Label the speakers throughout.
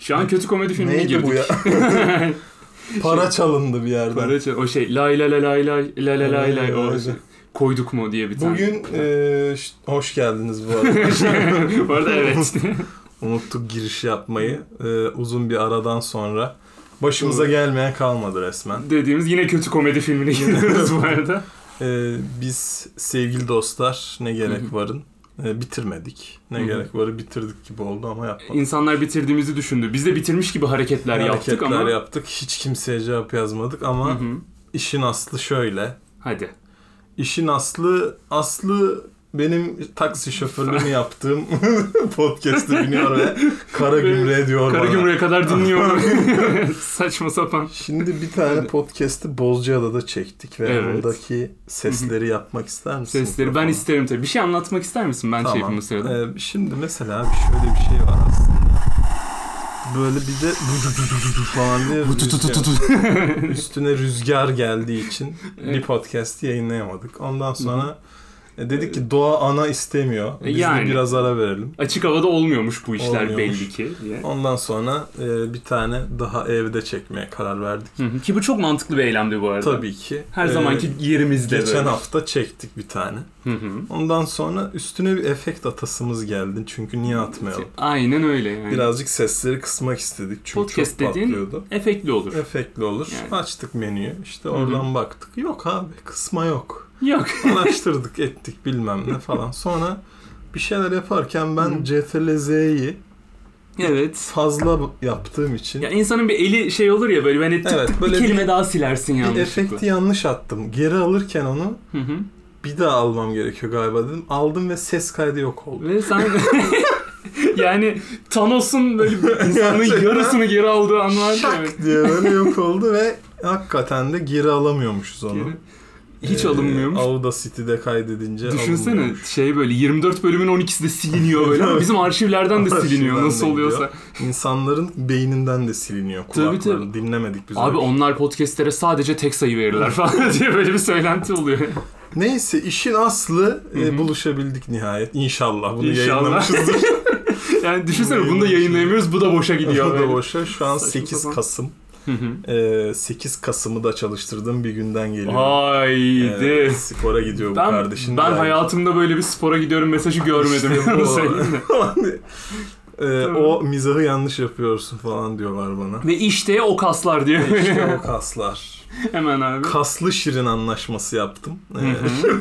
Speaker 1: Şu an kötü komedi filmine
Speaker 2: Neydi
Speaker 1: girdik.
Speaker 2: bu ya? Para çalındı bir yerden.
Speaker 1: Para çal- o şey lay lay lay lay lay lay lay lay lay o şey, koyduk mu diye bir tane.
Speaker 2: Bugün eee, ş- hoş geldiniz bu arada.
Speaker 1: Bu arada evet.
Speaker 2: Unuttuk giriş yapmayı. Eee, uzun bir aradan sonra başımıza
Speaker 1: Doğru.
Speaker 2: gelmeyen kalmadı resmen.
Speaker 1: Dediğimiz yine kötü komedi filmine giriyoruz bu arada.
Speaker 2: Ee, biz sevgili dostlar ne
Speaker 1: Hı
Speaker 2: gerek
Speaker 1: hı.
Speaker 2: varın e, bitirmedik. Ne
Speaker 1: Hı hı.
Speaker 2: gerek varı bitirdik gibi oldu ama yapmadık.
Speaker 1: İnsanlar bitirdiğimizi düşündü. Biz de bitirmiş gibi hareketler yaptık
Speaker 2: Hareketler
Speaker 1: ama.
Speaker 2: yaptık. Hiç kimseye cevap yazmadık ama
Speaker 1: Hı hı.
Speaker 2: işin aslı şöyle.
Speaker 1: Hadi.
Speaker 2: İşin aslı aslı benim taksi şoförlüğünü yaptığım podcast'ı biniyor ve kara gümrüğe diyor bana.
Speaker 1: Karagümrük'e kadar dinliyorum. Saçma sapan.
Speaker 2: Şimdi bir tane podcast'ı Bozcaada'da çektik ve
Speaker 1: Evet.
Speaker 2: oradaki sesleri yapmak ister misin?
Speaker 1: Sesleri ben isterim tabii. Bir şey anlatmak ister misin? Ben şey yapayım bu sırada.
Speaker 2: Ee, şimdi mesela bir- şöyle bir şey var aslında. Böyle bir de falan diye rüzgar- üstüne rüzgar geldiği için bir
Speaker 1: Evet.
Speaker 2: podcast'i yayınlayamadık. Ondan sonra e, dedik ki doğa ana istemiyor. Biz
Speaker 1: Yani.
Speaker 2: de biraz ara verelim.
Speaker 1: Açık havada olmuyormuş bu işler
Speaker 2: Olmuyormuş.
Speaker 1: belli ki. diye.
Speaker 2: Ondan sonra e, bir tane daha evde çekmeye karar verdik.
Speaker 1: Hı hı. Ki bu çok mantıklı bir eylemdi bu arada.
Speaker 2: Tabii ki.
Speaker 1: Her
Speaker 2: e,
Speaker 1: zamanki yerimizde
Speaker 2: geçen
Speaker 1: böyle.
Speaker 2: hafta çektik bir tane.
Speaker 1: Hı hı.
Speaker 2: Ondan sonra üstüne bir efekt atasımız geldi. Çünkü niye atmayalım?
Speaker 1: Aynen öyle yani.
Speaker 2: Birazcık sesleri kısmak istedik çünkü
Speaker 1: Podcast
Speaker 2: çok
Speaker 1: dediğin-
Speaker 2: patlıyordu.
Speaker 1: efektli olur.
Speaker 2: Efektli olur.
Speaker 1: Yani.
Speaker 2: Açtık menüyü. İşte
Speaker 1: Hı hı.
Speaker 2: oradan baktık. Yok abi kısma yok.
Speaker 1: Yok.
Speaker 2: Araştırdık ettik bilmem ne falan. Sonra bir şeyler yaparken ben
Speaker 1: Hı.
Speaker 2: CTRL-Z'yi
Speaker 1: Evet.
Speaker 2: fazla yaptığım için
Speaker 1: Ya insanın bir eli şey olur ya böyle hani tık
Speaker 2: Evet,
Speaker 1: tık
Speaker 2: böyle
Speaker 1: bir kelime
Speaker 2: bir-
Speaker 1: daha silersin
Speaker 2: bir
Speaker 1: yanlışlıkla.
Speaker 2: efekti yanlış attım. Geri alırken onu
Speaker 1: Hı hı.
Speaker 2: bir daha almam gerekiyor galiba dedim. Aldım ve ses kaydı yok oldu.
Speaker 1: Ve sen yani Thanos'un böyle insanın
Speaker 2: Gerçekten.
Speaker 1: yarısını geri aldığı anlar da evet.
Speaker 2: Şak diye böyle yok oldu ve hakikaten de geri alamıyormuşuz onu.
Speaker 1: Geri. Hiç
Speaker 2: Ee,
Speaker 1: alınmıyormuş.
Speaker 2: Audacity'de kaydedince
Speaker 1: Düşünsene
Speaker 2: alınmıyormuş.
Speaker 1: şey böyle 24 bölümün 12'si de siliniyor böyle ama bizim arşivlerden de siliniyor
Speaker 2: Arşivden
Speaker 1: nasıl
Speaker 2: de
Speaker 1: oluyorsa.
Speaker 2: İnsanların beyninden de siliniyor
Speaker 1: Tabii,
Speaker 2: kulakları. Dinlemedik biz.
Speaker 1: Abi
Speaker 2: öyle. şey.
Speaker 1: onlar podcastlere sadece tek sayı verirler falan diye böyle bir söylenti oluyor.
Speaker 2: Neyse işin aslı e,
Speaker 1: Hı hı.
Speaker 2: buluşabildik nihayet. İnşallah bunu
Speaker 1: İnşallah.
Speaker 2: yayınlamışızdır.
Speaker 1: Yani düşünsene bunu da yayınlayamıyoruz bu da boşa gidiyor.
Speaker 2: Bu da
Speaker 1: böyle.
Speaker 2: boşa. Şu an
Speaker 1: Saçma
Speaker 2: 8
Speaker 1: sapan.
Speaker 2: Kasım.
Speaker 1: Hı hı.
Speaker 2: E, 8 Kasım'ı da çalıştırdığım bir günden geliyor.
Speaker 1: Haydi.
Speaker 2: E, spora gidiyor bu
Speaker 1: ben
Speaker 2: kardeşim.
Speaker 1: ben
Speaker 2: de.
Speaker 1: hayatımda böyle bir spora gidiyorum mesajı görmedim.
Speaker 2: İşte bu.
Speaker 1: Onu söyleyeyim de.
Speaker 2: E, o mizahı yanlış yapıyorsun falan diyorlar bana.
Speaker 1: Ve işte o kaslar diyor.
Speaker 2: E, İşte o kaslar.
Speaker 1: Hemen abi.
Speaker 2: Kaslı şirin anlaşması yaptım. E,
Speaker 1: Hı hı.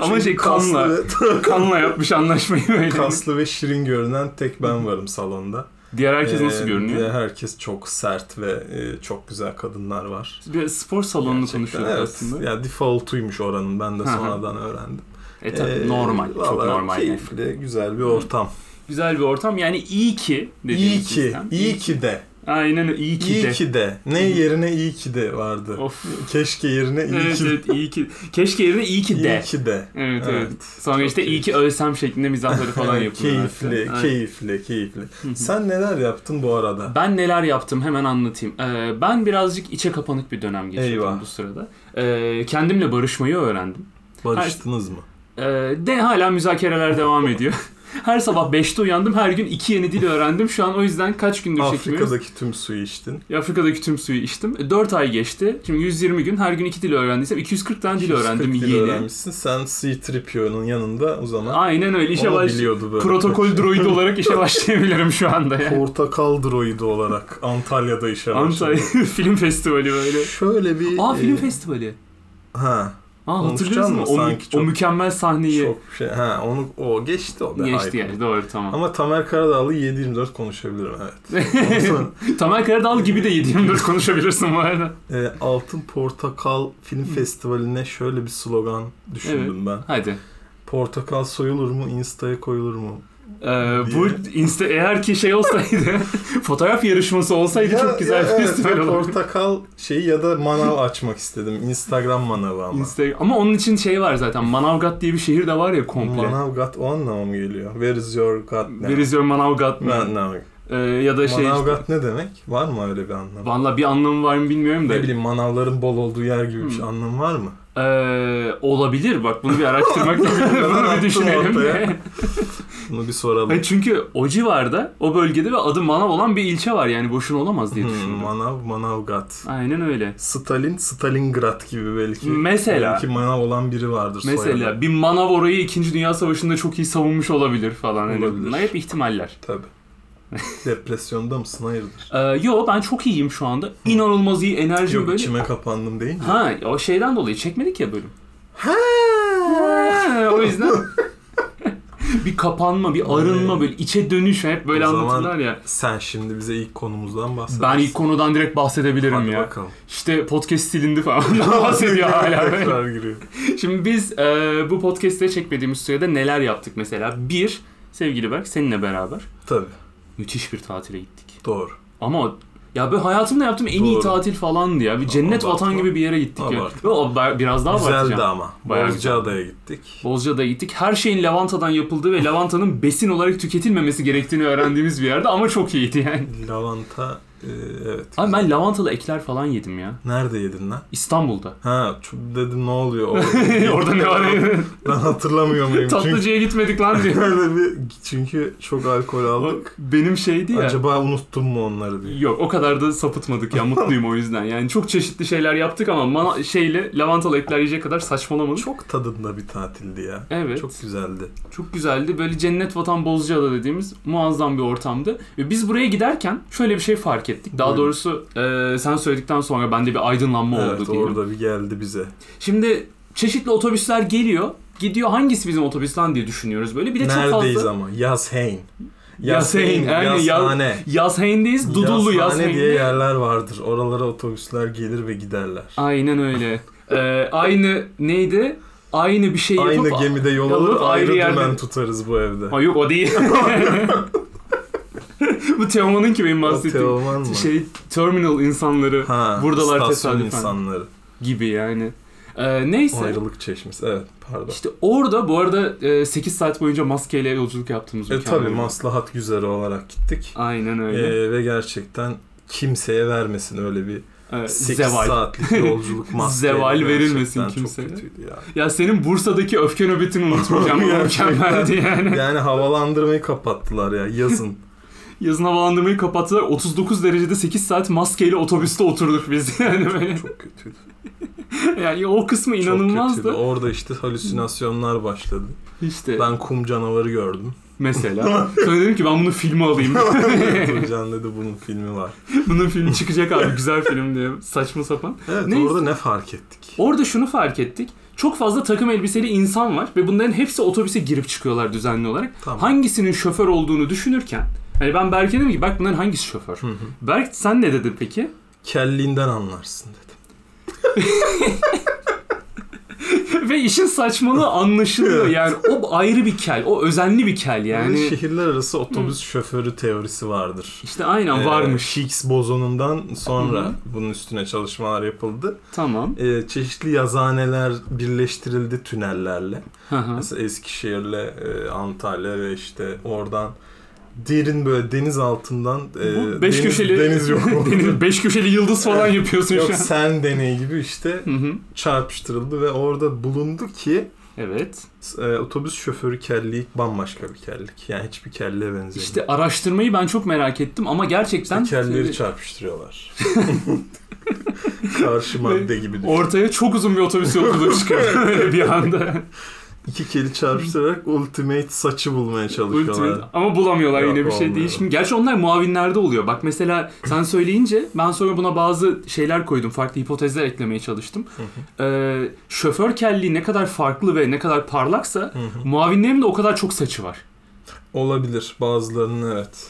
Speaker 1: Ama
Speaker 2: çünkü
Speaker 1: şey kanla.
Speaker 2: kaslı ve-
Speaker 1: Kanla yapmış anlaşmayı böyle.
Speaker 2: Kaslı ve şirin görünen tek ben varım salonda.
Speaker 1: Diğer herkes
Speaker 2: Ee,
Speaker 1: nasıl görünüyor?
Speaker 2: diğer herkes çok sert ve e, çok güzel kadınlar var.
Speaker 1: Bir spor salonunu
Speaker 2: Gerçekten,
Speaker 1: konuşuyoruz
Speaker 2: evet.
Speaker 1: aslında.
Speaker 2: Ya defaultuymuş oranın ben de
Speaker 1: Hı hı.
Speaker 2: sonradan öğrendim.
Speaker 1: E tabii
Speaker 2: Ee,
Speaker 1: normal. Çok
Speaker 2: vallahi
Speaker 1: normal. yani.
Speaker 2: Keyifli, güzel bir ortam.
Speaker 1: Güzel bir ortam. Yani iyi ki dediğimiz
Speaker 2: İyi ki,
Speaker 1: sistem.
Speaker 2: iyi ki de,
Speaker 1: Aynen öyle, iyi ki
Speaker 2: iyi
Speaker 1: de.
Speaker 2: ki de. Ne yerine iyi ki de vardı.
Speaker 1: Of.
Speaker 2: Keşke yerine iyi
Speaker 1: Evet
Speaker 2: ki de.
Speaker 1: evet iyi ki. Keşke yerine iyi ki de.
Speaker 2: İyi ki de.
Speaker 1: Evet evet.
Speaker 2: Evet,
Speaker 1: Sonra
Speaker 2: çok
Speaker 1: işte iyi ki ölsem şeklinde mizahları falan yapıyorlar.
Speaker 2: keyifli,
Speaker 1: Aynen.
Speaker 2: keyifli, keyifli.
Speaker 1: Hı hı.
Speaker 2: Sen neler yaptın bu arada?
Speaker 1: Ben neler yaptım hemen anlatayım. Ee, ben birazcık içe kapanık bir dönem geçirdim
Speaker 2: Eyvah.
Speaker 1: bu sırada. Ee, kendimle barışmayı öğrendim.
Speaker 2: Barıştınız mı?
Speaker 1: Ee, de hala müzakereler devam ediyor. Her sabah 5'te uyandım. Her gün iki yeni dil öğrendim. Şu an o yüzden kaç gündür çekmiyoruz?
Speaker 2: Afrika'daki tüm suyu içtin.
Speaker 1: Afrika'daki tüm suyu içtim. 4 ay geçti. Şimdi 120 gün her gün iki dil öğrendiysem 240 tane dil
Speaker 2: 140
Speaker 1: öğrendim
Speaker 2: dil
Speaker 1: yeni.
Speaker 2: öğrenmişsin. Sen C-3PO'nun yanında o zaman.
Speaker 1: Aynen öyle. İşe
Speaker 2: Onu
Speaker 1: baş...
Speaker 2: biliyordu böyle.
Speaker 1: Protokol droidi olarak işe başlayabilirim şu anda yani.
Speaker 2: Portakal droidi olarak Antalya'da işe
Speaker 1: Antalya
Speaker 2: başladı.
Speaker 1: Film Festivali böyle.
Speaker 2: Şöyle bir...
Speaker 1: Aa film
Speaker 2: e,
Speaker 1: festivali.
Speaker 2: Ha,
Speaker 1: Aa
Speaker 2: konuşacaksın
Speaker 1: hatırlıyorsunuz mu?
Speaker 2: mı?
Speaker 1: O, mü-
Speaker 2: Sanki çok-
Speaker 1: o mükemmel sahneyi
Speaker 2: çok şey. Ha, onu, o geçti o. be,
Speaker 1: geçti
Speaker 2: ayrı.
Speaker 1: yani. Doğru tamam.
Speaker 2: Ama Tamer Karadağlı 7-24 konuşabilirim evet. Ondan sonra,
Speaker 1: Tamer Karadal gibi de 7-24 konuşabilirsin bu arada.
Speaker 2: e, Altın Portakal Film Festivali'ne şöyle bir slogan düşündüm ben.
Speaker 1: Hadi.
Speaker 2: Portakal soyulur mu, instaya koyulur mu?
Speaker 1: Ee, bu insta eğer ki şey olsaydı fotoğraf yarışması olsaydı
Speaker 2: Ya-
Speaker 1: çok güzel
Speaker 2: ya evet,
Speaker 1: festival
Speaker 2: ben
Speaker 1: olurdu.
Speaker 2: Portakal şeyi ya da manav açmak istedim. Instagram manavı ama.
Speaker 1: Insta- ama onun için şey var zaten. Manavgat diye bir şehir de var ya komple.
Speaker 2: Manav gat o anlama mı geliyor? Where is your gat now?
Speaker 1: Where is your Manavgat?
Speaker 2: Gat now?
Speaker 1: Ee, ya da şey işte,
Speaker 2: Manavgat ne demek? Var mı öyle bir anlamı?
Speaker 1: Valla bir anlamı var mı Hmm. bilmiyorum da.
Speaker 2: Ne bileyim manavların bol olduğu yer gibi bir şey. Anlamı var mı?
Speaker 1: Ee, olabilir bak bunu bir araştırmak lazım.
Speaker 2: Hemen
Speaker 1: bunu bir
Speaker 2: attım
Speaker 1: düşünelim.
Speaker 2: ortaya. Bunu bir soralım.
Speaker 1: Hayır, Çünkü o civarda o bölgede ve adı Manav olan bir ilçe var yani boşuna olamaz diye
Speaker 2: Hmm,
Speaker 1: düşündüm.
Speaker 2: manav, Manavgat.
Speaker 1: Aynen öyle.
Speaker 2: Stalin, Stalingrad gibi belki.
Speaker 1: Mesela.
Speaker 2: Belki manav olan biri vardır soyadı.
Speaker 1: Mesela bir Manav orayı 2. Dünya Savaşı'nda çok iyi savunmuş olabilir falan. Hani
Speaker 2: Olabilir.
Speaker 1: bunlar hep ihtimaller.
Speaker 2: Tabii. Depresyonda mısın? Hayırdır?
Speaker 1: Ee, yo ben çok iyiyim şu anda. İnanılmaz iyi enerjim
Speaker 2: Yok
Speaker 1: böyle.
Speaker 2: içime kapandım değil mi?
Speaker 1: Ha o şeyden dolayı çekmedik ya bölüm. Ha, o yüzden bir kapanma, bir arınma böyle içe dönüş hep böyle
Speaker 2: O zaman-
Speaker 1: anlatırlar ya.
Speaker 2: Sen şimdi bize ilk konumuzdan bahsedersin.
Speaker 1: Ben ilk konudan direkt bahsedebilirim
Speaker 2: Hadi
Speaker 1: ya.
Speaker 2: bakalım.
Speaker 1: İşte podcast silindi falan bahsediyor hala. böyle.
Speaker 2: Tekrar giriyor.
Speaker 1: Şimdi biz e, bu podcast'te çekmediğimiz sürede neler yaptık mesela? Bir, sevgili Berk seninle beraber
Speaker 2: Tabii.
Speaker 1: müthiş bir tatile gittik.
Speaker 2: Doğru.
Speaker 1: Ama ya böyle hayatımda yaptığım en iyi
Speaker 2: Doğru.
Speaker 1: tatil falandı ya. Bir cennet
Speaker 2: Abartma.
Speaker 1: vatan gibi bir yere gittik. ya.
Speaker 2: Abartma.
Speaker 1: Yo, ba- biraz daha
Speaker 2: Güzeldi
Speaker 1: abartacağım.
Speaker 2: ama.
Speaker 1: Bayağı güzel.
Speaker 2: Bozcaada'ya gittik.
Speaker 1: Bozcaada'ya gittik. Her şeyin lavantadan yapıldığı ve lavantanın besin olarak tüketilmemesi gerektiğini öğrendiğimiz bir yerde ama çok iyiydi yani.
Speaker 2: Lavanta e, evet.
Speaker 1: Abi ben lavantalı ekler falan yedim ya.
Speaker 2: Nerede yedin lan?
Speaker 1: İstanbul'da.
Speaker 2: Ha çok- dedim ne oluyor orada?
Speaker 1: Orada ne var?
Speaker 2: ben hatırlamıyor muyum? Çünkü
Speaker 1: Tatlıcıya gitmedik lan diye.
Speaker 2: öyle bir çünkü çok alkol aldık.
Speaker 1: Benim şeydi ya.
Speaker 2: Acaba unuttum mu onları diye.
Speaker 1: Yok o kadar da sapıtmadık ya mutluyum o yüzden. Yani çok çeşitli şeyler yaptık ama mana- şeyle lavantalı ekler yiyecek kadar saçmalamadık.
Speaker 2: Çok tadında bir tatildi ya.
Speaker 1: Evet. Çok,
Speaker 2: Çok güzeldi.
Speaker 1: güzeldi. Böyle cennet vatan Bozcaada dediğimiz muazzam bir ortamdı. Ve biz buraya giderken şöyle bir şey fark ettik. Daha
Speaker 2: Buyurun.
Speaker 1: doğrusu e, sen söyledikten sonra bende bir aydınlanma
Speaker 2: evet
Speaker 1: oldu. diyelim.
Speaker 2: orada bir geldi bize.
Speaker 1: Şimdi çeşitli otobüsler geliyor. Gidiyor hangisi bizim otobüs lan diye düşünüyoruz böyle. Bir de çok
Speaker 2: Neredeyiz
Speaker 1: fazla
Speaker 2: ama? Yazheyn.
Speaker 1: Yazheyn, aynen, yaz-
Speaker 2: Yazhane.
Speaker 1: Yazhane'deyiz.
Speaker 2: Yazhane
Speaker 1: Dudullu
Speaker 2: diye
Speaker 1: Yazhane'de.
Speaker 2: yerler vardır. Oralara otobüsler gelir ve giderler.
Speaker 1: Aynen öyle. E, aynı neydi? Aynı bir şey yapıp
Speaker 2: Aynı gemide yol
Speaker 1: yol
Speaker 2: alır,
Speaker 1: alıp
Speaker 2: ayrı,
Speaker 1: ayrı yerde-
Speaker 2: dümen tutarız bu evde.
Speaker 1: Ha yok o değil. Bu Teoman'ın ki benim
Speaker 2: O
Speaker 1: bahsettiğim.
Speaker 2: Teoman mı?
Speaker 1: Şey terminal insanları
Speaker 2: ha,
Speaker 1: buradalar
Speaker 2: istasyon
Speaker 1: tesadüfen.
Speaker 2: insanları.
Speaker 1: gibi yani. Ee, neyse.
Speaker 2: Ayrılık çeşmesi. Evet pardon.
Speaker 1: İşte orada bu arada e, 8 saat boyunca maskeyle yolculuk yaptığımız
Speaker 2: e
Speaker 1: mükemmel
Speaker 2: tabi
Speaker 1: bir-
Speaker 2: maslahat güzere olarak gittik.
Speaker 1: Aynen öyle.
Speaker 2: E, ve gerçekten kimseye vermesin öyle bir
Speaker 1: Ee,
Speaker 2: 8
Speaker 1: zeval.
Speaker 2: saatlik yolculuk maskeyle.
Speaker 1: Zeval verilmesin
Speaker 2: Gerçekten
Speaker 1: kimseye.
Speaker 2: Çok kötüydü ya.
Speaker 1: Ya senin Bursa'daki öfke nöbetini unutmayacağım. O
Speaker 2: Gerçekten.
Speaker 1: mükemmeldi yani.
Speaker 2: Yani havalandırmayı kapattılar ya yazın.
Speaker 1: Yazın havalandırmayı kapattılar. 39 derecede 8 saat maskeyle otobüste oturduk biz. Yani böyle.
Speaker 2: çok kötüydü.
Speaker 1: Yani o kısmı
Speaker 2: Çok
Speaker 1: inanılmazdı.
Speaker 2: kötüydü. Orada işte halüsinasyonlar başladı.
Speaker 1: İşte.
Speaker 2: Ben kum canavarı gördüm.
Speaker 1: Mesela. Sonra dedim ki ben bunu filme alayım.
Speaker 2: Can dedi bunun filmi var.
Speaker 1: Bunun filmi çıkacak abi güzel film diye saçma sapan.
Speaker 2: Evet
Speaker 1: Neyse.
Speaker 2: orada ne fark ettik?
Speaker 1: Orada şunu fark ettik. Çok fazla takım elbiseli insan var ve bunların hepsi otobüse girip çıkıyorlar düzenli olarak.
Speaker 2: Tamam.
Speaker 1: Hangisinin şoför olduğunu düşünürken Hani ben Berk'e dedim ki bak bunların hangisi şoför?
Speaker 2: hı.
Speaker 1: Berk sen ne dedin peki?
Speaker 2: Kelliğinden anlarsın dedim.
Speaker 1: Ve işin saçmalığı anlaşılıyor. Yani o ayrı bir kel. O özenli bir kel
Speaker 2: Yani
Speaker 1: yani.
Speaker 2: şehirler arası otobüs şoförü teorisi vardır.
Speaker 1: İşte aynen
Speaker 2: Ee,
Speaker 1: varmış.
Speaker 2: Higgs bozonundan sonra
Speaker 1: Hı hı.
Speaker 2: bunun üstüne çalışmalar yapıldı.
Speaker 1: Tamam.
Speaker 2: Ee, çeşitli yazaneler birleştirildi tünellerle.
Speaker 1: Hı hı.
Speaker 2: Mesela Eskişehir'le e, Antalya ve işte oradan derin böyle deniz altından e,
Speaker 1: Bu beş
Speaker 2: deniz,
Speaker 1: köşeli
Speaker 2: deniz yok oldu.
Speaker 1: Deniz- beş köşeli yıldız falan yapıyorsun
Speaker 2: Yok
Speaker 1: şu an.
Speaker 2: sen deney gibi işte
Speaker 1: Hı hı.
Speaker 2: çarpıştırıldı ve orada bulundu ki
Speaker 1: Evet.
Speaker 2: e, otobüs şoförü kellik bambaşka bir kellik. Yani hiçbir kelliğe benzemiyor.
Speaker 1: İşte Ee, araştırmayı ben çok merak ettim ama gerçekten
Speaker 2: Tekerleri çarpıştırıyorlar. Karşı madde gibi düşün.
Speaker 1: ortaya çok uzun bir otobüs yolculuğu çıkıyor Öyle bir anda.
Speaker 2: İki keli çarpıştırarak ultimate saçı bulmaya
Speaker 1: Ultimate.
Speaker 2: çalışıyorlar.
Speaker 1: Ama bulamıyorlar
Speaker 2: Yok,
Speaker 1: yine bir şey
Speaker 2: olmuyor.
Speaker 1: değil. Şimdi gerçi onlar muavinlerde oluyor. Bak mesela sen söyleyince ben sonra buna bazı şeyler koydum. Farklı hipotezler eklemeye çalıştım. Ee, şoför kelliği ne kadar farklı ve ne kadar parlaksa
Speaker 2: Hı hı.
Speaker 1: muavinlerin de o kadar çok saçı var.
Speaker 2: Olabilir bazılarının evet.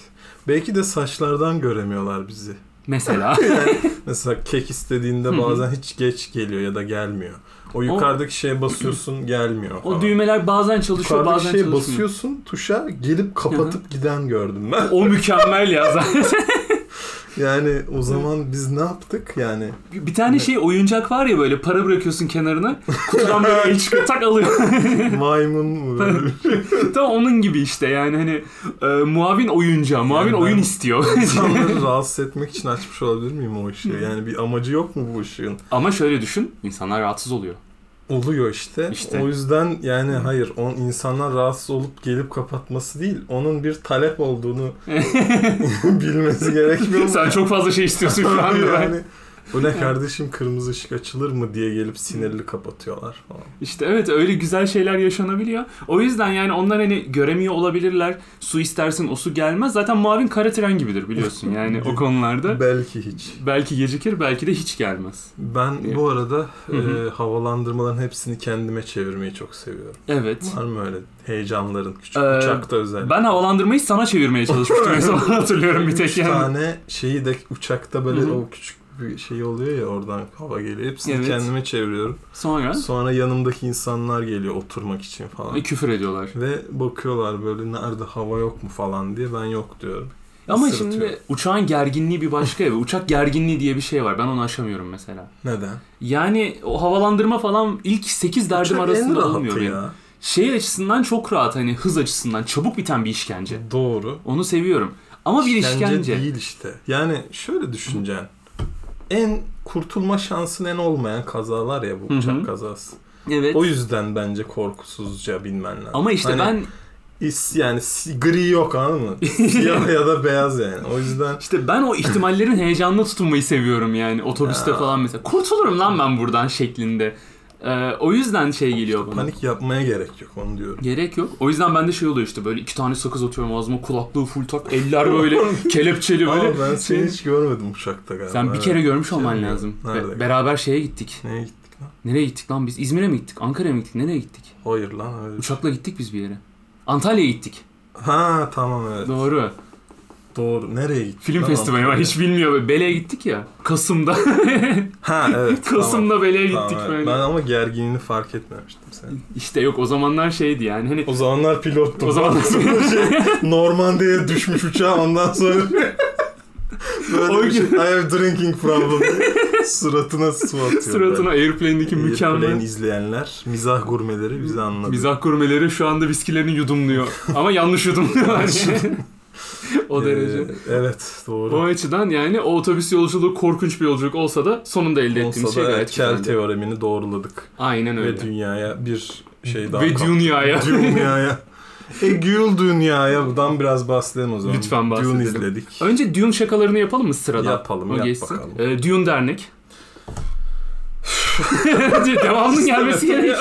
Speaker 2: Belki de saçlardan göremiyorlar bizi.
Speaker 1: Mesela.
Speaker 2: Yani mesela kek istediğinde
Speaker 1: hı.
Speaker 2: bazen hiç geç geliyor ya da gelmiyor. O yukarıdaki şeye basıyorsun gelmiyor.
Speaker 1: o
Speaker 2: falan.
Speaker 1: düğmeler bazen çalışıyor
Speaker 2: Yukarıdaki şey
Speaker 1: bazen
Speaker 2: şeye
Speaker 1: çalışmıyor.
Speaker 2: basıyorsun tuşa gelip kapatıp giden gördüm ben.
Speaker 1: O mükemmel ya zaten.
Speaker 2: Yani o zaman biz ne yaptık yani?
Speaker 1: Bir tane şey oyuncak var ya böyle para bırakıyorsun kenarına. Kutudan böyle el çıkıyor tak alıyor.
Speaker 2: Maymun mu böyle?
Speaker 1: Tam onun gibi işte yani hani e, muavin oyuncağı. Muavin
Speaker 2: Yani ben-
Speaker 1: oyun istiyor.
Speaker 2: İnsanları rahatsız etmek için açmış olabilir miyim o ışığı? Yani bir amacı yok mu bu ışığın?
Speaker 1: Ama şöyle düşün. insanlar rahatsız oluyor.
Speaker 2: Oluyor işte.
Speaker 1: İşte.
Speaker 2: O yüzden yani hayır, on insanlar rahatsız olup gelip kapatması değil, onun bir talep olduğunu bilmesi gerekmiyor mu?
Speaker 1: Sen çok fazla şey istiyorsun şu anda. ben.
Speaker 2: yani bu ne kardeşim kırmızı ışık açılır mı diye gelip sinirli kapatıyorlar falan.
Speaker 1: İşte evet öyle güzel şeyler yaşanabiliyor. O yüzden yani onlar hani göremiyor olabilirler. Su istersin o su gelmez. Zaten muavin kara tren gibidir biliyorsun yani o konularda.
Speaker 2: Belki hiç.
Speaker 1: Belki gecikir belki de hiç gelmez.
Speaker 2: Ben
Speaker 1: Niye?
Speaker 2: bu arada
Speaker 1: Hı hı.
Speaker 2: e, havalandırmaların hepsini kendime çevirmeyi çok seviyorum.
Speaker 1: Evet.
Speaker 2: Var mı öyle heyecanların küçük
Speaker 1: Ee,
Speaker 2: uçakta özellikle?
Speaker 1: Ben havalandırmayı sana çevirmeye çalışmıştım. en son hatırlıyorum bir
Speaker 2: Üç
Speaker 1: tek yani.
Speaker 2: tane şeyi de uçakta böyle
Speaker 1: Hı hı.
Speaker 2: o küçük bir şey oluyor ya oradan hava geliyor. Hepsini
Speaker 1: Evet.
Speaker 2: kendime çeviriyorum.
Speaker 1: Sonra
Speaker 2: Sonra yanımdaki insanlar geliyor oturmak için falan.
Speaker 1: e, küfür ediyorlar.
Speaker 2: Ve bakıyorlar böyle nerede hava yok mu falan diye ben yok diyorum.
Speaker 1: Ama
Speaker 2: Sırıtıyor.
Speaker 1: şimdi uçağın gerginliği bir başka ya. Uçak gerginliği diye bir şey var. Ben onu aşamıyorum mesela.
Speaker 2: Neden?
Speaker 1: Yani o havalandırma falan ilk 8 derdim
Speaker 2: Uçak en
Speaker 1: arasında
Speaker 2: rahatı
Speaker 1: olmuyor benim.
Speaker 2: ya.
Speaker 1: Şey açısından çok rahat hani hız açısından çabuk biten bir işkence.
Speaker 2: Doğru.
Speaker 1: Onu seviyorum. Ama bir işkence.
Speaker 2: değil işte. Yani şöyle düşüneceksin. En kurtulma şansın en olmayan kazalar ya bu
Speaker 1: Hı hı.
Speaker 2: uçak kazası.
Speaker 1: Evet.
Speaker 2: O yüzden bence korkusuzca binmen lazım.
Speaker 1: Ama işte
Speaker 2: Hani-
Speaker 1: ben
Speaker 2: İs, yani si- gri yok anladın mı? Siyah ya da beyaz yani. O yüzden
Speaker 1: işte ben o ihtimallerin heyecanına tutunmayı seviyorum yani otobüste
Speaker 2: Ya.
Speaker 1: falan mesela. Kurtulurum lan ben buradan şeklinde. Ee, o yüzden şey geliyor bana.
Speaker 2: panik yapmaya gerek yok onu diyorum.
Speaker 1: Gerek yok. O yüzden bende şey oluyor işte böyle iki tane sakız atıyorum ağzıma kulaklığı full tak eller böyle kelepçeli böyle.
Speaker 2: Ama ben seni
Speaker 1: şey-
Speaker 2: hiç görmedim uçakta galiba.
Speaker 1: Sen bir kere
Speaker 2: Evet.
Speaker 1: görmüş olman
Speaker 2: Şey-
Speaker 1: lazım. Ve
Speaker 2: Nerede?
Speaker 1: beraber şeye gittik.
Speaker 2: Neye gittik lan?
Speaker 1: Nereye gittik lan biz? İzmir'e mi gittik? Ankara'ya mı gittik? Nereye gittik?
Speaker 2: Hayır lan öyle. şey.
Speaker 1: Uçakla gittik biz bir yere. Antalya'ya gittik.
Speaker 2: Ha tamam evet.
Speaker 1: Doğru.
Speaker 2: Doğru. Nereye gittik?
Speaker 1: Film
Speaker 2: Tamam.
Speaker 1: festivali var hiç bilmiyor. Böyle Bele'ye gittik ya. Kasım'da.
Speaker 2: Ha evet.
Speaker 1: Kasım'da Bele'ye gittik
Speaker 2: tamam, evet.
Speaker 1: böyle.
Speaker 2: Ben ama gerginliğini fark etmemiştim senin.
Speaker 1: İşte yok o zamanlar şeydi yani hani
Speaker 2: O zamanlar pilottum.
Speaker 1: O zamanlar-
Speaker 2: şey, Normandiya'ya düşmüş uçağa ondan sonra böyle
Speaker 1: O
Speaker 2: bir şey,
Speaker 1: gün-
Speaker 2: I have drinking problem diye suratına su atıyor.
Speaker 1: suratına airplane'deki
Speaker 2: Airplane
Speaker 1: mükemmel
Speaker 2: izleyenler, mizah gurmeleri bizi anladı.
Speaker 1: mizah kurmeleri şu anda viskilerini yudumluyor. Ama yanlış yudumluyorlar. o
Speaker 2: Ee,
Speaker 1: derece.
Speaker 2: evet doğru.
Speaker 1: O açıdan yani o otobüs yolculuğu korkunç bir yolculuk olsa da sonunda elde ettiğimiz
Speaker 2: Olsa
Speaker 1: şey
Speaker 2: da
Speaker 1: gayet
Speaker 2: evet, kel
Speaker 1: güzeldi.
Speaker 2: teoremini doğruladık.
Speaker 1: Aynen
Speaker 2: Ve
Speaker 1: öyle.
Speaker 2: dünyaya bir şey daha
Speaker 1: Ve
Speaker 2: kap-
Speaker 1: dünyaya.
Speaker 2: dünyaya. E Gül dünyaya. Buradan biraz bahsedelim o zaman.
Speaker 1: Lütfen bahsedelim.
Speaker 2: Dune izledik.
Speaker 1: Önce Dune şakalarını yapalım mı sırada?
Speaker 2: Yapalım,
Speaker 1: O
Speaker 2: yap
Speaker 1: geçsin.
Speaker 2: bakalım.
Speaker 1: Ee, Dune Dernek. Devamının gelmesi gerekiyor.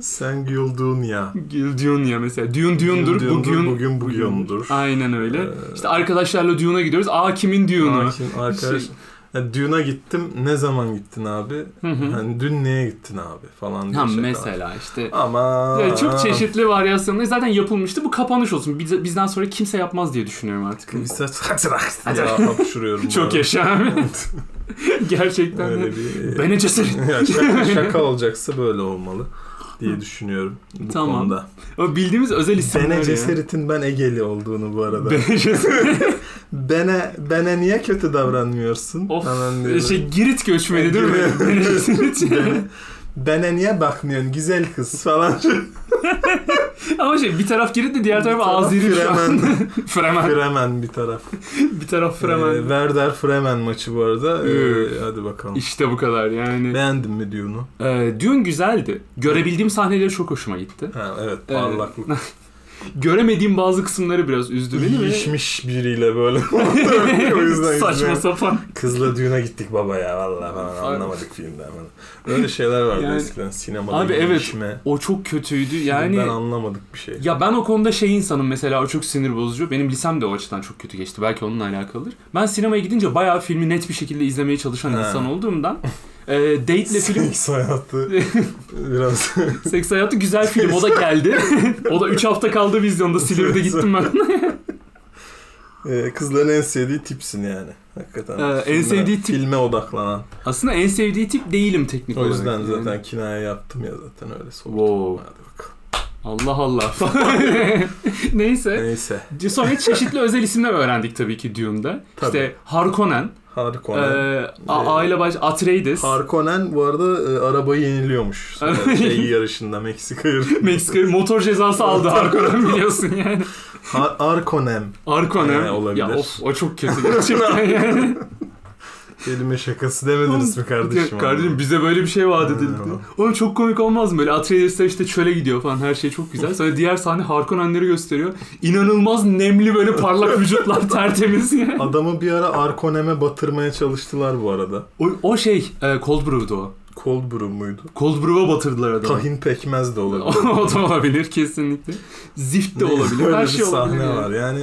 Speaker 2: Sen Gül Dünya.
Speaker 1: Dune ya mesela. Dune Dune'dur,
Speaker 2: Gül
Speaker 1: bugün...
Speaker 2: bugün bugündür.
Speaker 1: Aynen öyle.
Speaker 2: Ee,
Speaker 1: İşte arkadaşlarla Dune'a gidiyoruz. Aa kimin Dune'u?
Speaker 2: Hakim, arkadaş.
Speaker 1: Şey-
Speaker 2: Ya, Dune'a gittim. Ne zaman gittin abi?
Speaker 1: Hı hı.
Speaker 2: Hani dün neye gittin abi falan diye
Speaker 1: Ha
Speaker 2: şakalar.
Speaker 1: mesela işte.
Speaker 2: Ama
Speaker 1: Yani çok çeşitli varyasyonlar zaten yapılmıştı. Bu kapanış olsun. Biz- Bizden sonra kimse yapmaz diye düşünüyorum artık.
Speaker 2: Kıvısa ya hapşuruyorum. bu
Speaker 1: Çok
Speaker 2: arada.
Speaker 1: yaşa. Gerçekten. de.
Speaker 2: Öyle bir...
Speaker 1: Beni cesaret.
Speaker 2: Ya şaka, şaka olacaksa böyle olmalı diye düşünüyorum bu
Speaker 1: Tamam.
Speaker 2: konuda.
Speaker 1: O bildiğimiz özel isimler
Speaker 2: Bene
Speaker 1: ya.
Speaker 2: Cesaret'in ben Egeli olduğunu bu arada.
Speaker 1: Bene cesaret.
Speaker 2: Bene, bene niye kötü davranmıyorsun?
Speaker 1: Of.
Speaker 2: Falan diyor.
Speaker 1: şey Girit göçmeni değil mi?
Speaker 2: Girit.
Speaker 1: Bene cesaret.
Speaker 2: Bene, bene niye bakmıyorsun güzel kız falan.
Speaker 1: Ama şey bir taraf Girit de diğer taraf
Speaker 2: Bir taraf
Speaker 1: Azeri şu an. Fremen.
Speaker 2: Fremen bir taraf.
Speaker 1: bir taraf Fremen.
Speaker 2: Ee, Werder Fremen maçı bu arada. Ee,
Speaker 1: Üf.
Speaker 2: hadi bakalım.
Speaker 1: İşte bu kadar yani.
Speaker 2: Beğendin mi Dune'u?
Speaker 1: Ee, Dune güzeldi. Görebildiğim sahneleri çok hoşuma gitti.
Speaker 2: Ha, evet
Speaker 1: Ee,
Speaker 2: parlaklık.
Speaker 1: Göremediğim bazı kısımları biraz üzdü beni ve...
Speaker 2: İyişmiş biriyle böyle. o yüzden
Speaker 1: Saçma
Speaker 2: güzel.
Speaker 1: sapan.
Speaker 2: Kızla düğüne gittik baba ya vallahi falan anlamadık filmden falan. Öyle şeyler vardı
Speaker 1: Yani-
Speaker 2: eskiden sinemada
Speaker 1: Abi evet.
Speaker 2: ilişme.
Speaker 1: O çok kötüydü
Speaker 2: Yani
Speaker 1: yani.
Speaker 2: ben anlamadık bir şey.
Speaker 1: Ya ben o konuda şey insanım mesela o çok sinir bozucu. Benim lisem de o açıdan çok kötü geçti. Belki onunla alakalıdır. Ben sinemaya gidince bayağı filmi net bir şekilde izlemeye çalışan
Speaker 2: Ha.
Speaker 1: insan olduğumdan e, date'le film
Speaker 2: Seks hayatı biraz
Speaker 1: Seks Hayatı güzel film o da geldi. o da 3 hafta kaldı vizyonda. Silivri'de gittim ben.
Speaker 2: Ee, kızların en sevdiği tipsin yani. Hakikaten.
Speaker 1: Ee, en
Speaker 2: Filme-
Speaker 1: sevdiği tip.
Speaker 2: Filme odaklanan.
Speaker 1: Aslında en sevdiği tip değilim teknik
Speaker 2: O
Speaker 1: olarak.
Speaker 2: yüzden
Speaker 1: yani.
Speaker 2: zaten kinaya yaptım ya zaten öyle soğuk.
Speaker 1: Wow.
Speaker 2: Hadi bakalım.
Speaker 1: Allah Allah. Neyse.
Speaker 2: Neyse.
Speaker 1: Sonra çeşitli özel isimler öğrendik tabii ki Dune'da.
Speaker 2: Tabii.
Speaker 1: İşte Harkonnen,
Speaker 2: Harkonnen.
Speaker 1: eee, A- aile baş Atreides,
Speaker 2: Harkonnen bu arada e, arabayı yeniliyormuş.
Speaker 1: Arabayı-
Speaker 2: şey yarışında Meksika yarışında.
Speaker 1: Meksika motor cezası aldı Harkonnen biliyorsun yani.
Speaker 2: Har- Harkonnen.
Speaker 1: Harkonnen.
Speaker 2: Ee, olabilir.
Speaker 1: Ya of o çok kötü gerçekten yani.
Speaker 2: Kelime şakası demediniz mi kardeşim?
Speaker 1: Kardeşim bize böyle bir şey vaat edildi.
Speaker 2: Eyvallah.
Speaker 1: Oğlum çok komik olmaz mı? Böyle Atreides'ler işte çöle gidiyor falan her şey çok güzel. Sonra diğer sahne Harkonnenleri gösteriyor. İnanılmaz nemli böyle parlak vücutlar tertemiz yani.
Speaker 2: Adamı bir ara Arkonem'e batırmaya çalıştılar bu arada.
Speaker 1: O, o şey e, Cold Brew'du o.
Speaker 2: Cold brew muydu?
Speaker 1: Cold Brew'a batırdılar adamı.
Speaker 2: Tahin pekmez de olabilir.
Speaker 1: o da olabilir kesinlikle. Zift de olabilir.
Speaker 2: Böyle
Speaker 1: Her
Speaker 2: bir
Speaker 1: şey olabilir.
Speaker 2: sahne
Speaker 1: yani.
Speaker 2: var yani.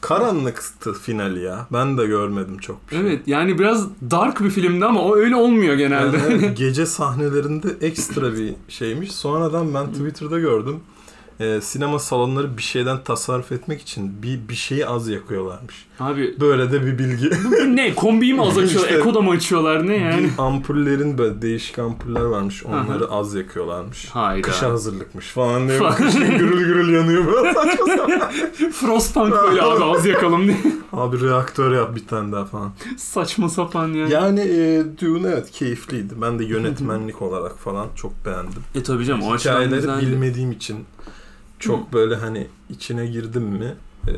Speaker 2: Karanlıktı finali ya. Ben de görmedim çok bir şey.
Speaker 1: Evet yani biraz dark bir filmdi ama o öyle olmuyor genelde.
Speaker 2: Yani evet, gece sahnelerinde ekstra bir şeymiş. Sonradan ben Twitter'da gördüm. Ee, sinema salonları bir şeyden tasarruf etmek için bir bir şeyi az yakıyorlarmış.
Speaker 1: Abi
Speaker 2: Böyle de bir bilgi.
Speaker 1: bu ne kombiyi mi az açıyorlar?
Speaker 2: İşte-
Speaker 1: Eko da mı açıyorlar ne yani?
Speaker 2: Ampullerin böyle değişik ampuller varmış. Onları az yakıyorlarmış.
Speaker 1: Hayda.
Speaker 2: Kışa hazırlıkmış falan diye. böyle Kışın gürül gürül yanıyor böyle saçma sapan.
Speaker 1: Frostpunk böyle az az yakalım diye.
Speaker 2: Abi reaktör yap bir tane daha falan.
Speaker 1: Saçma sapan yani.
Speaker 2: Yani e, Dune evet keyifliydi. Ben de yönetmenlik olarak falan çok beğendim.
Speaker 1: E tabii canım o açıdan
Speaker 2: Hikayeleri
Speaker 1: güzeldi.
Speaker 2: bilmediğim için çok böyle hani içine girdim mi e,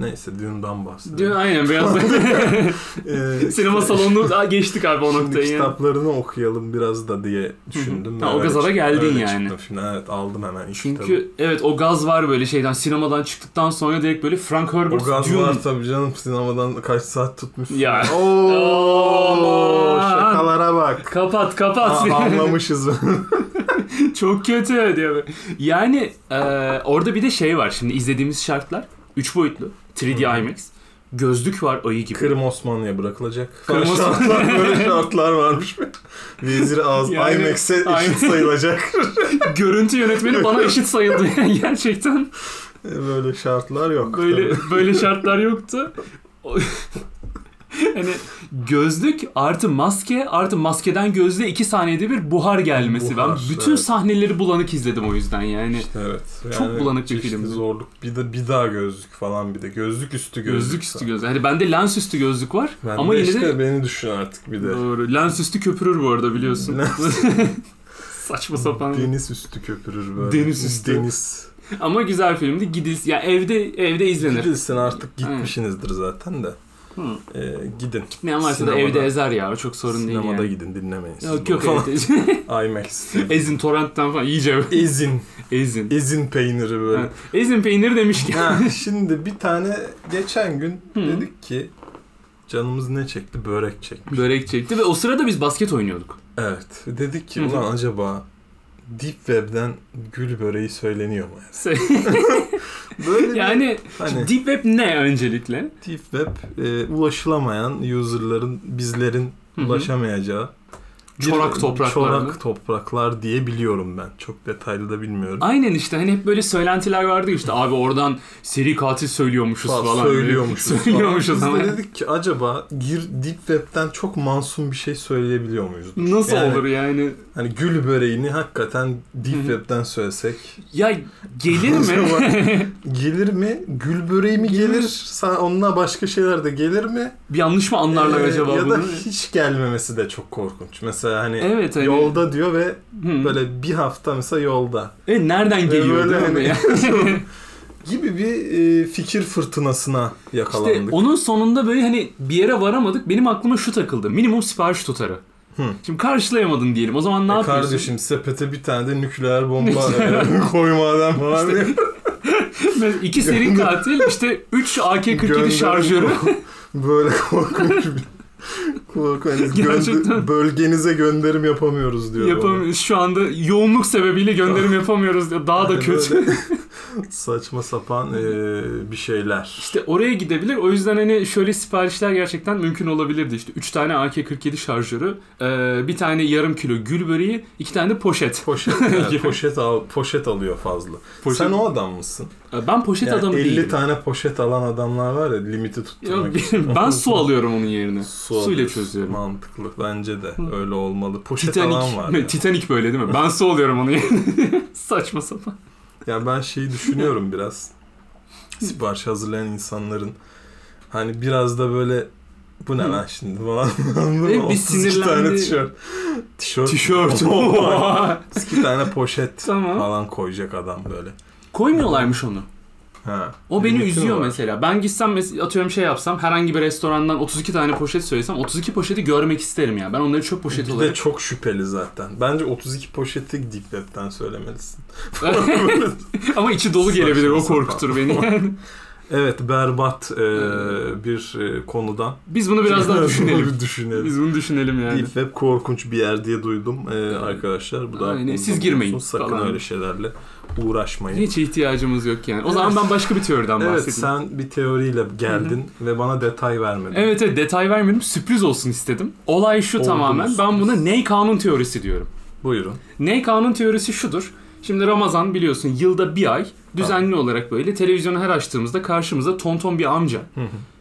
Speaker 2: neyse Dune'dan
Speaker 1: Dün
Speaker 2: bahsediyorum.
Speaker 1: aynen biraz da
Speaker 2: E,
Speaker 1: sinema
Speaker 2: işte-
Speaker 1: salonunu daha geçtik abi o
Speaker 2: Şimdi
Speaker 1: noktayı. yani.
Speaker 2: kitaplarını okuyalım biraz da diye düşündüm.
Speaker 1: Ha, o
Speaker 2: Öyle
Speaker 1: gazara
Speaker 2: çıktım,
Speaker 1: geldin
Speaker 2: öyle
Speaker 1: yani.
Speaker 2: çıktım Şimdi. Evet aldım hemen ilk kitabı.
Speaker 1: Çünkü evet o gaz var böyle şeyden sinemadan çıktıktan sonra direkt böyle Frank
Speaker 2: O
Speaker 1: Herbert
Speaker 2: gaz
Speaker 1: Dune.
Speaker 2: var tabii canım sinemadan kaç saat tutmuş.
Speaker 1: Ya.
Speaker 2: Oo,
Speaker 1: Aman.
Speaker 2: şakalara bak.
Speaker 1: Kapat kapat.
Speaker 2: Aa, anlamışız.
Speaker 1: Çok kötü diyor. Yani e, orada bir de şey var şimdi izlediğimiz şartlar 3 boyutlu 3D IMAX. Gözlük var ayı gibi.
Speaker 2: Kırım Osmanlı'ya bırakılacak.
Speaker 1: Kırım
Speaker 2: Böyle
Speaker 1: Osmanlı.
Speaker 2: şartlar, böyle şartlar varmış. Vezir ağız
Speaker 1: Yani-
Speaker 2: IMAX'e
Speaker 1: Aynen.
Speaker 2: eşit sayılacak.
Speaker 1: Görüntü yönetmeni bana eşit sayıldı gerçekten.
Speaker 2: E, böyle şartlar yok.
Speaker 1: Böyle böyle şartlar yoktu. O- hani gözlük artı maske artı maskeden gözlüğe iki saniyede bir buhar gelmesi.
Speaker 2: Buhar,
Speaker 1: ben bütün
Speaker 2: evet.
Speaker 1: sahneleri bulanık izledim o yüzden yani.
Speaker 2: İşte evet.
Speaker 1: Çok bulanık bir
Speaker 2: çeşitli
Speaker 1: filmdi.
Speaker 2: zorluk. Bir de bir daha gözlük falan bir de. Gözlük üstü gözlük.
Speaker 1: Gözlük üstü gözlük. Hani bende lens üstü gözlük var
Speaker 2: Ben
Speaker 1: ama
Speaker 2: de
Speaker 1: yine
Speaker 2: işte
Speaker 1: de
Speaker 2: beni düşün artık bir de.
Speaker 1: doğru. Lens üstü köpürür bu arada biliyorsun. Saçma sapan.
Speaker 2: Deniz üstü köpürür böyle.
Speaker 1: Deniz üstü.
Speaker 2: Deniz.
Speaker 1: Ama güzel filmdi. Gidilsin. Ya evde evde izlenir.
Speaker 2: Bilirsin artık gitmişsinizdir zaten de.
Speaker 1: Hı.
Speaker 2: Ee, gidin.
Speaker 1: Ne varsa da
Speaker 2: Sinemada-
Speaker 1: evde ezer ya. O çok sorun değil
Speaker 2: Sinemada
Speaker 1: yani.
Speaker 2: gidin dinlemeyin. siz
Speaker 1: Yok
Speaker 2: bunu
Speaker 1: yok
Speaker 2: falan.
Speaker 1: evet.
Speaker 2: IMAX.
Speaker 1: Ezin torrentten falan iyice
Speaker 2: Ezin.
Speaker 1: ezin.
Speaker 2: Ezin peyniri böyle.
Speaker 1: Ha, Ezin peyniri demişken.
Speaker 2: Ha, şimdi bir tane geçen gün
Speaker 1: Hı.
Speaker 2: dedik ki canımız ne çekti? Börek çekti.
Speaker 1: Börek çekti ve o sırada biz basket oynuyorduk.
Speaker 2: Evet. Dedik ki
Speaker 1: Hı hı.
Speaker 2: ulan acaba Deep Web'den gül böreği söyleniyor mu?
Speaker 1: Se-
Speaker 2: Böyle bir-
Speaker 1: yani
Speaker 2: hani
Speaker 1: Deep Web ne öncelikle?
Speaker 2: Deep Web e, ulaşılamayan user'ların bizlerin
Speaker 1: Hı hı.
Speaker 2: ulaşamayacağı bir-
Speaker 1: Çorak topraklar mı?
Speaker 2: Çorak topraklar diye biliyorum ben. Çok detaylı da bilmiyorum.
Speaker 1: Aynen işte hani hep böyle söylentiler vardı ya işte abi oradan seri katil söylüyormuşuz
Speaker 2: Falan
Speaker 1: falan.
Speaker 2: söylüyormuşuz. falan.
Speaker 1: söylüyormuşuz ama.
Speaker 2: Biz de dedik ki acaba gir Deep Web'den çok masum bir şey söyleyebiliyor muyuz?
Speaker 1: Nasıl
Speaker 2: Yani-
Speaker 1: olur yani?
Speaker 2: Hani gül böreğini hakikaten Deep
Speaker 1: Hı hı.
Speaker 2: Web'den söylesek
Speaker 1: Ya gelir mi?
Speaker 2: gelir mi? Gül böreği mi gelir? Sa- Onunla başka şeyler de gelir mi?
Speaker 1: Bir yanlış mı anlarlar
Speaker 2: Ee,
Speaker 1: acaba
Speaker 2: Ya da
Speaker 1: bunu?
Speaker 2: hiç gelmemesi de çok korkunç. Mesela hani
Speaker 1: Evet hani.
Speaker 2: yolda diyor ve
Speaker 1: Hı.
Speaker 2: böyle bir hafta mesela yolda
Speaker 1: E, nereden
Speaker 2: Ve
Speaker 1: geliyor
Speaker 2: böyle
Speaker 1: değil mi?
Speaker 2: hani-
Speaker 1: ya?
Speaker 2: gibi bir e, fikir fırtınasına yakalandık.
Speaker 1: İşte onun sonunda böyle hani bir yere varamadık. Benim aklıma şu takıldı. Minimum sipariş tutarı.
Speaker 2: Hı.
Speaker 1: Şimdi karşılayamadın diyelim. O zaman ne
Speaker 2: E
Speaker 1: yapıyorsun?
Speaker 2: kardeşim sepete bir tane de nükleer bomba e, koymadan falan diye.
Speaker 1: Mesela İki seri katil işte 3 AK-47
Speaker 2: Gönderin
Speaker 1: şarjörü.
Speaker 2: Böyle korkunç bir korkunç. Hani gönder-
Speaker 1: Gerçekten.
Speaker 2: bölgenize gönderim yapamıyoruz diyor.
Speaker 1: Yapamıyoruz. Şu anda yoğunluk sebebiyle gönderim yapamıyoruz. diyor. Daha da
Speaker 2: Yani
Speaker 1: kötü.
Speaker 2: böyle Saçma sapan e, bir şeyler.
Speaker 1: İşte oraya gidebilir. O yüzden hani şöyle siparişler gerçekten mümkün olabilirdi. İşte 3 tane AK-47 şarjörü, eee, bir tane yarım kilo gül böreği, 2 tane de poşet.
Speaker 2: Poşet, yani poşet, al, poşet alıyor fazla.
Speaker 1: Poşet- E,
Speaker 2: Sen o adam mısın?
Speaker 1: Ben poşet
Speaker 2: Yani
Speaker 1: adamı
Speaker 2: 50
Speaker 1: değilim.
Speaker 2: tane poşet alan adamlar var ya limiti
Speaker 1: Ya,
Speaker 2: tutturmak için.
Speaker 1: ben- ben su alıyorum onun yerine.
Speaker 2: Su
Speaker 1: Suyla
Speaker 2: alıyorsun.
Speaker 1: çözüyorum.
Speaker 2: Mantıklı. Bence de öyle olmalı. Poşet alan
Speaker 1: Titanic,
Speaker 2: var.
Speaker 1: Ne,
Speaker 2: ya.
Speaker 1: Titanic böyle değil mi? Ben su alıyorum onu. Saçma sapan.
Speaker 2: Ya ben şeyi düşünüyorum biraz. Sipariş hazırlayan insanların hani biraz da böyle bu ne lan şimdi falan. Anladın mı?
Speaker 1: Ve bir
Speaker 2: 32 tane
Speaker 1: sinirlendi.
Speaker 2: tişört. Tişört.
Speaker 1: Tişört.
Speaker 2: Oh, 32 tane poşet
Speaker 1: Tamam.
Speaker 2: falan koyacak adam böyle.
Speaker 1: Koymuyorlarmış onu.
Speaker 2: Ha.
Speaker 1: O beni
Speaker 2: Milletin
Speaker 1: üzüyor
Speaker 2: var.
Speaker 1: mesela. Ben gitsem mes- atıyorum şey yapsam herhangi bir restorandan 32 tane poşet söylesem 32 poşeti görmek isterim ya. Ben onları çöp poşeti
Speaker 2: Bir de
Speaker 1: olarak.
Speaker 2: çok şüpheli zaten. Bence 32 poşeti dikletten söylemelisin.
Speaker 1: Ama içi dolu gelebilir o korkutur beni. yani.
Speaker 2: evet berbat e, bir e, konudan.
Speaker 1: Biz bunu biraz daha düşünelim.
Speaker 2: Bir düşünelim.
Speaker 1: Biz bunu düşünelim yani.
Speaker 2: Deep Web korkunç bir yer diye duydum ee, arkadaşlar. Bu da
Speaker 1: Aynen,
Speaker 2: aklınızda
Speaker 1: siz girmeyin
Speaker 2: bulunsun. Sakın
Speaker 1: falan.
Speaker 2: öyle şeylerle uğraşmayın.
Speaker 1: Hiç ihtiyacımız yok yani. O zaman ben başka bir teoriden
Speaker 2: evet
Speaker 1: bahsedeyim.
Speaker 2: sen bir teoriyle geldin ve bana detay vermedin.
Speaker 1: Evet evet detay vermedim sürpriz olsun istedim. Olay şu
Speaker 2: Oldu
Speaker 1: tamamen
Speaker 2: mu?
Speaker 1: ben buna ney kanun teorisi diyorum.
Speaker 2: Buyurun.
Speaker 1: Ney kanun teorisi şudur. Şimdi Ramazan biliyorsun yılda bir ay düzenli olarak böyle televizyonu her açtığımızda karşımıza tonton bir amca.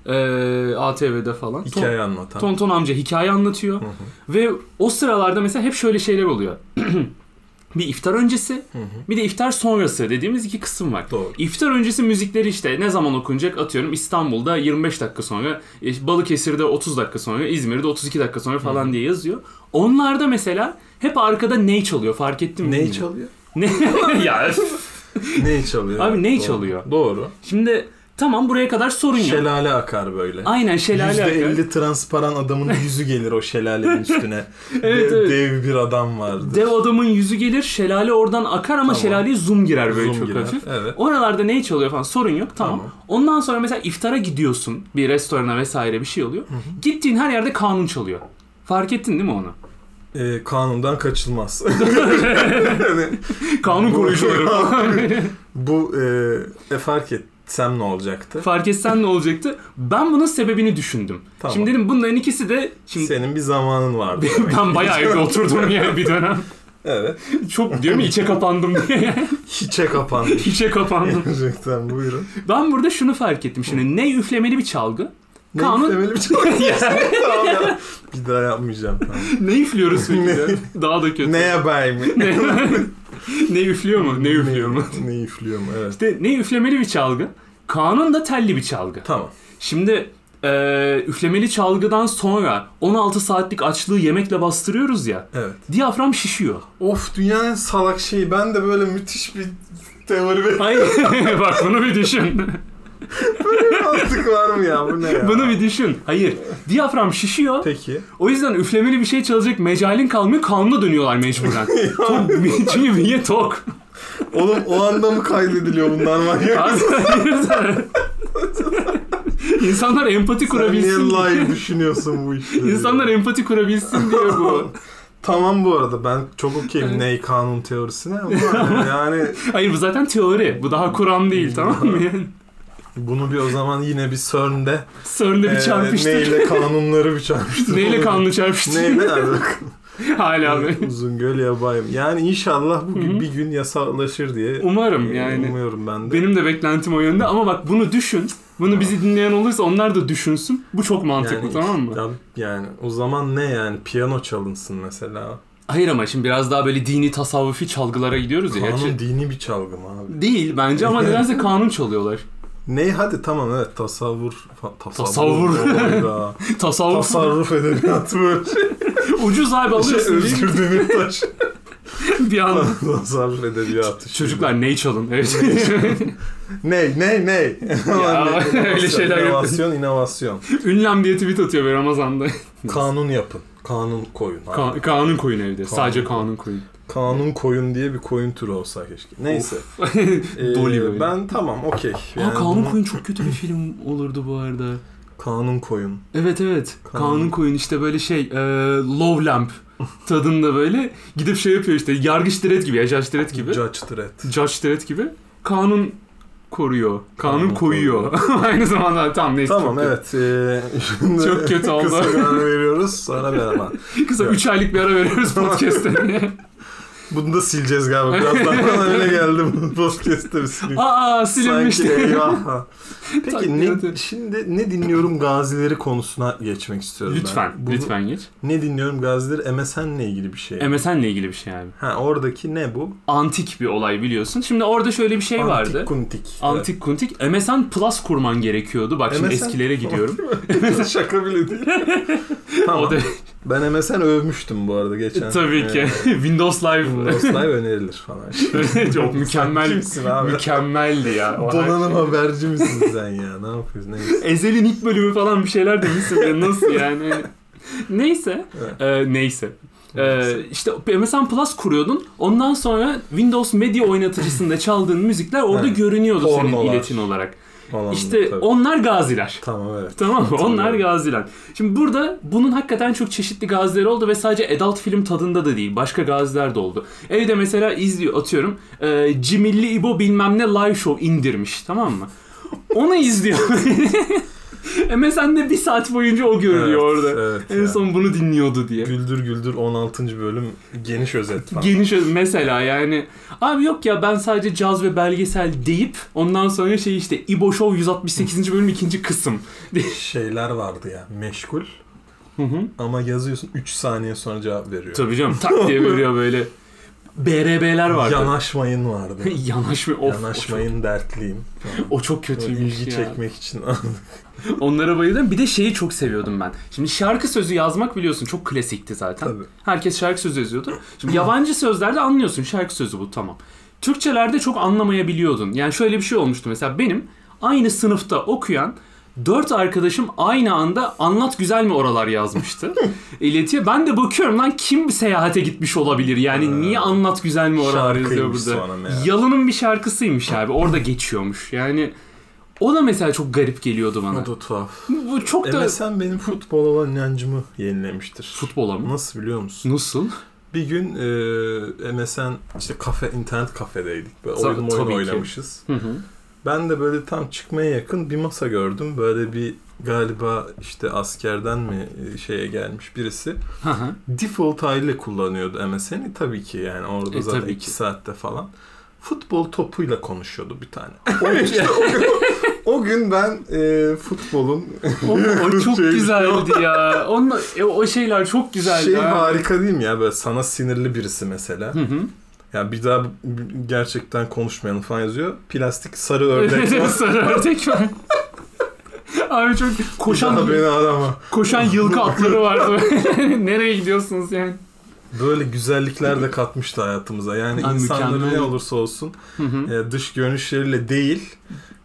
Speaker 1: Ee, ATV'de falan. Ton-
Speaker 2: Hikaye anlatan.
Speaker 1: Tonton amca hikaye anlatıyor. Ve o sıralarda mesela hep şöyle şeyler oluyor. bir iftar öncesi, bir de iftar sonrası dediğimiz iki kısım var.
Speaker 2: Doğru.
Speaker 1: İftar öncesi müzikleri işte ne zaman okunacak atıyorum İstanbul'da 25 dakika sonra, e, Balıkesir'de 30 dakika sonra, İzmir'de 32 dakika sonra falan diye yazıyor. Onlarda mesela hep arkada ney çalıyor fark ettin mi?
Speaker 2: Neyi
Speaker 1: bilmiyorum.
Speaker 2: çalıyor?
Speaker 1: Ne- ya üf.
Speaker 2: Neyi çalıyor?
Speaker 1: Abi neyi
Speaker 2: Doğru.
Speaker 1: çalıyor?
Speaker 2: Doğru.
Speaker 1: Şimdi tamam buraya kadar sorun yok.
Speaker 2: Şelale akar böyle.
Speaker 1: Aynen şelale akar.
Speaker 2: %50 transparan adamın yüzü gelir o şelalenin üstüne.
Speaker 1: Evet,
Speaker 2: De-
Speaker 1: evet.
Speaker 2: Dev bir adam vardır.
Speaker 1: Dev adamın yüzü gelir, şelale oradan akar ama
Speaker 2: Tamam.
Speaker 1: şelaleye zoom girer böyle
Speaker 2: Zoom
Speaker 1: çok
Speaker 2: girer,
Speaker 1: hafif.
Speaker 2: Evet.
Speaker 1: Oralarda ne çalıyor falan sorun yok tamam.
Speaker 2: Tamam.
Speaker 1: Ondan sonra mesela iftara gidiyorsun bir restorana vesaire bir şey oluyor. Gittiğin her yerde kanun çalıyor. Fark ettin değil mi onu?
Speaker 2: Ee, kanundan kaçılmaz.
Speaker 1: Kanun koruyucuları falan.
Speaker 2: Bu e, e, fark etsem ne olacaktı?
Speaker 1: Fark etsen ne olacaktı? Ben bunun sebebini düşündüm.
Speaker 2: Tamam.
Speaker 1: Şimdi dedim bunların ikisi de şimdi
Speaker 2: Senin bir zamanın vardı. demek.
Speaker 1: ben bayağı evde oturdum ya bir dönem.
Speaker 2: evet.
Speaker 1: Çok diyorum ya içe kapandım diye.
Speaker 2: Hiçe kapandı.
Speaker 1: içe kapandım.
Speaker 2: Gerçekten buyurun.
Speaker 1: Ben burada şunu fark ettim. Şimdi ne üflemeli bir çalgı? Kanun-
Speaker 2: Ne istemeli bir şey Tamam ya. Bir daha yapmayacağım. Tamam.
Speaker 1: Ne üflüyoruz peki? ya? Daha da kötü.
Speaker 2: ne yapayım?
Speaker 1: ne, ne üflüyor mu? Ne üflüyor mu?
Speaker 2: Ne üflüyor mu? Evet.
Speaker 1: İşte ne üflemeli bir çalgı? Kanun da telli bir çalgı.
Speaker 2: Tamam.
Speaker 1: Şimdi eee, üflemeli çalgıdan sonra 16 saatlik açlığı yemekle bastırıyoruz ya.
Speaker 2: Evet.
Speaker 1: Diyafram şişiyor.
Speaker 2: Of dünyanın en salak şeyi. Ben de böyle müthiş bir teori ve
Speaker 1: Hayır. Bak bunu bir düşün.
Speaker 2: bir mantık var mı ya? Bu ne ya?
Speaker 1: Bunu bir düşün. Hayır. Diyafram şişiyor.
Speaker 2: Peki.
Speaker 1: O yüzden üflemeli bir şey çalacak mecalin kalmıyor. Kanuna dönüyorlar mecburen. Tok, çünkü niye tok?
Speaker 2: Oğlum o anda mı kaydediliyor bunlar var ya?
Speaker 1: İnsanlar empati
Speaker 2: Sen niye
Speaker 1: kurabilsin. diye-
Speaker 2: live düşünüyorsun bu işleri?
Speaker 1: İnsanlar empati kurabilsin diye bu.
Speaker 2: Tamam bu arada ben çok okeyim ney kanun teorisine ama yani
Speaker 1: Hayır bu zaten teori. Bu daha Kur'an değil tamam mı? Yani
Speaker 2: bunu bir o zaman yine bir CERN'de e,
Speaker 1: CERN'de bir çarpıştı.
Speaker 2: Ee, neyle kanunları bir çarpıştır.
Speaker 1: Neyle kanlı çarpıştı?
Speaker 2: Neyle
Speaker 1: Hala be.
Speaker 2: Uzun göl yabayım. Yani inşallah bu
Speaker 1: Hı hı.
Speaker 2: bir gün yasalaşır diye e,
Speaker 1: Umarım yani.
Speaker 2: umuyorum ben de.
Speaker 1: Benim de beklentim o yönde ama bak bunu düşün. Bunu bizi dinleyen olursa onlar da düşünsün. Bu çok mantıklı
Speaker 2: yani,
Speaker 1: tamam mı?
Speaker 2: ya- yani o zaman ne yani piyano çalınsın mesela.
Speaker 1: Hayır ama şimdi biraz daha böyle dini tasavvufi çalgılara gidiyoruz ya.
Speaker 2: Kanun
Speaker 1: Gerçi-
Speaker 2: dini bir çalgı mı abi?
Speaker 1: Değil bence ama nedense kanun çalıyorlar.
Speaker 2: Ney hadi tamam evet tasavvur. fa-
Speaker 1: Tasavvur.
Speaker 2: Hayda.
Speaker 1: Tasavvuf
Speaker 2: Tasarruf edebiyatı böyle.
Speaker 1: ucuz
Speaker 2: Şey,
Speaker 1: abi alıyorsun değil mi?
Speaker 2: Özgür Demirtaş.
Speaker 1: bir anda.
Speaker 2: Tasarruf edebiyatı.
Speaker 1: Çocuklar ney çalın? Evet.
Speaker 2: Ney ney ney. Hani
Speaker 1: Ya, öyle şeyler yapın.
Speaker 2: İnovasyon inovasyon.
Speaker 1: Ünlem diye tweet atıyor böyle Ramazan'da.
Speaker 2: Kanun yapın. Kanun koyun. abi.
Speaker 1: Ka- kanun koyun evde.
Speaker 2: Kanun.
Speaker 1: Sadece kanun koyun.
Speaker 2: kanun koyun diye bir koyun türü olsa keşke. Neyse. Ee,
Speaker 1: Dolly böyle.
Speaker 2: ben tamam okey.
Speaker 1: Aa,
Speaker 2: Yani
Speaker 1: kanun
Speaker 2: bunu-
Speaker 1: koyun çok kötü bir film olurdu bu arada.
Speaker 2: Kanun koyun.
Speaker 1: Evet evet. Kanun,
Speaker 2: Kanun.
Speaker 1: koyun işte böyle şey e, Love Lamp tadında böyle gidip şey yapıyor işte yargıç diret gibi, ya, judge diret gibi.
Speaker 2: Judge Dredd.
Speaker 1: Judge diret gibi. Kanun koruyor. Kanun,
Speaker 2: Kanun
Speaker 1: koyuyor. Aynı zamanda tam neyse.
Speaker 2: Tamam
Speaker 1: çok kötü.
Speaker 2: evet. ee, şimdi
Speaker 1: Çok kötü oldu.
Speaker 2: Kısa bir ara veriyoruz sonra beraber.
Speaker 1: Kısa 3 aylık bir ara veriyoruz podcast'te.
Speaker 2: Bunu da sileceğiz galiba. Biraz daha bana öyle geldi bu podcast'te bir silik.
Speaker 1: Aa silinmişti.
Speaker 2: Sanki eyvah. Peki ne,
Speaker 1: Takdir.
Speaker 2: şimdi ne dinliyorum gazileri konusuna geçmek istiyorum
Speaker 1: Lütfen,
Speaker 2: ben. Bunu-
Speaker 1: lütfen geç.
Speaker 2: Ne dinliyorum gazileri MSN'le ilgili bir şey.
Speaker 1: MSN'le ilgili bir şey abi.
Speaker 2: ha oradaki ne bu?
Speaker 1: Antik bir olay biliyorsun. Şimdi orada şöyle bir şey vardı.
Speaker 2: Antik kuntik.
Speaker 1: Antik kuntik. MSN Plus kurman gerekiyordu. Bak şimdi
Speaker 2: MSN
Speaker 1: eskilere gidiyorum.
Speaker 2: Evet. Şaka bile değil. tamam.
Speaker 1: O da
Speaker 2: Ben MSN övmüştüm bu arada geçen.
Speaker 1: tabii ki.
Speaker 2: Ee,
Speaker 1: Windows Live.
Speaker 2: Windows Live önerilir falan.
Speaker 1: Çok
Speaker 2: Sen
Speaker 1: mükemmel.
Speaker 2: Kimsin abi?
Speaker 1: Mükemmeldi ya. O her
Speaker 2: Donanım
Speaker 1: şey.
Speaker 2: haberci misin sen ya? Ne yapıyorsun? Neyse.
Speaker 1: Ezel'in ilk bölümü falan bir şeyler demişsin. Ya Nasıl yani? Neyse.
Speaker 2: Evet.
Speaker 1: Ee, neyse.
Speaker 2: Neyse.
Speaker 1: Ee, işte MSN Plus kuruyordun. Ondan sonra Windows Media oynatıcısında çaldığın müzikler orada
Speaker 2: Evet.
Speaker 1: görünüyordu senin
Speaker 2: Pornolar.
Speaker 1: iletin olarak.
Speaker 2: Falan
Speaker 1: İşte
Speaker 2: tabii.
Speaker 1: onlar gaziler.
Speaker 2: Tamam evet.
Speaker 1: Tamam mı? Onlar
Speaker 2: Hatırlıyorum.
Speaker 1: gaziler. Şimdi burada bunun hakikaten çok çeşitli gazileri oldu ve sadece adult film tadında da değil. Başka gaziler de oldu. Evde mesela izliyor atıyorum. E, Cimilli İbo bilmem ne live show indirmiş tamam mı? Onu izliyor. MSN'de bir saat boyunca o görülüyor
Speaker 2: Evet,
Speaker 1: orada.
Speaker 2: Evet,
Speaker 1: En
Speaker 2: ya.
Speaker 1: son bunu dinliyordu diye.
Speaker 2: Güldür Güldür 16. bölüm geniş özet falan.
Speaker 1: Geniş mesela yani. Abi yok ya ben sadece caz ve belgesel deyip ondan sonra şey işte İbo Show 168. bölüm 2. kısım.
Speaker 2: Şeyler vardı ya meşgul
Speaker 1: Hı hı.
Speaker 2: ama yazıyorsun 3 saniye sonra cevap veriyor.
Speaker 1: Tabii canım tak diye veriyor böyle. BRB'ler vardı.
Speaker 2: Yanaşmayın vardı.
Speaker 1: Yanaşma of.
Speaker 2: Yanaşmayın dertliyim.
Speaker 1: O çok, o çok
Speaker 2: Böyle
Speaker 1: kötüymüş
Speaker 2: ilgi
Speaker 1: ya.
Speaker 2: çekmek için.
Speaker 1: Onlara bayıldım. Bir de şeyi çok seviyordum ben. Şimdi şarkı sözü yazmak biliyorsun çok klasikti zaten.
Speaker 2: Tabii.
Speaker 1: Herkes şarkı sözü yazıyordu. Şimdi yabancı sözlerde anlıyorsun şarkı sözü bu tamam. Türkçelerde çok anlamayabiliyordun. Yani şöyle bir şey olmuştu mesela benim aynı sınıfta okuyan dört arkadaşım aynı anda anlat güzel mi oralar yazmıştı. İletiye ben de bakıyorum lan kim seyahate gitmiş olabilir yani
Speaker 2: Ha.
Speaker 1: niye anlat güzel mi oralar yazıyor
Speaker 2: Şarkıymış
Speaker 1: burada.
Speaker 2: sonra meğer.
Speaker 1: Yalın'ın bir şarkısıymış abi orada geçiyormuş yani. O da mesela çok garip geliyordu bana.
Speaker 2: O da tuhaf.
Speaker 1: Bu çok da
Speaker 2: MSN E benim futbol olan inancımı yenilemiştir.
Speaker 1: futbola mı?
Speaker 2: Nasıl biliyor musun?
Speaker 1: Nasıl?
Speaker 2: Bir gün e, MSN işte kafe internet kafedeydik. Böyle
Speaker 1: Tabii-
Speaker 2: oyun oyun
Speaker 1: tabii ki.
Speaker 2: oynamışız.
Speaker 1: Hı hı.
Speaker 2: Ben de böyle tam çıkmaya yakın bir masa gördüm. Böyle bir galiba işte askerden mi e, şeye gelmiş birisi.
Speaker 1: Hı hı.
Speaker 2: Default aile kullanıyordu MSN'i tabii ki yani orada
Speaker 1: E,
Speaker 2: zaten
Speaker 1: tabii
Speaker 2: 2
Speaker 1: ki.
Speaker 2: saatte falan. Futbol topuyla konuşuyordu bir tane. O, gün- işte o, gün, o gün ben e, futbolun
Speaker 1: o, o çok
Speaker 2: Şey-
Speaker 1: güzeldi ya. Onunla, e, o şeyler çok güzeldi.
Speaker 2: şey
Speaker 1: ha.
Speaker 2: harika değil mi ya böyle sana sinirli birisi mesela.
Speaker 1: Hı hı.
Speaker 2: Ya bir daha b- gerçekten konuşmayalım falan yazıyor. Plastik sarı ördek. var.
Speaker 1: Sarı ördek var. Abi çok
Speaker 2: Bir daha
Speaker 1: koşan
Speaker 2: beni arama.
Speaker 1: koşan yılkı atları vardı. Nereye gidiyorsunuz yani?
Speaker 2: Böyle güzellikler de katmıştı hayatımıza. Yani
Speaker 1: Ay,
Speaker 2: insanların ne
Speaker 1: mükemmel.
Speaker 2: olursa olsun
Speaker 1: Hı hı.
Speaker 2: e, dış görünüşleriyle değil,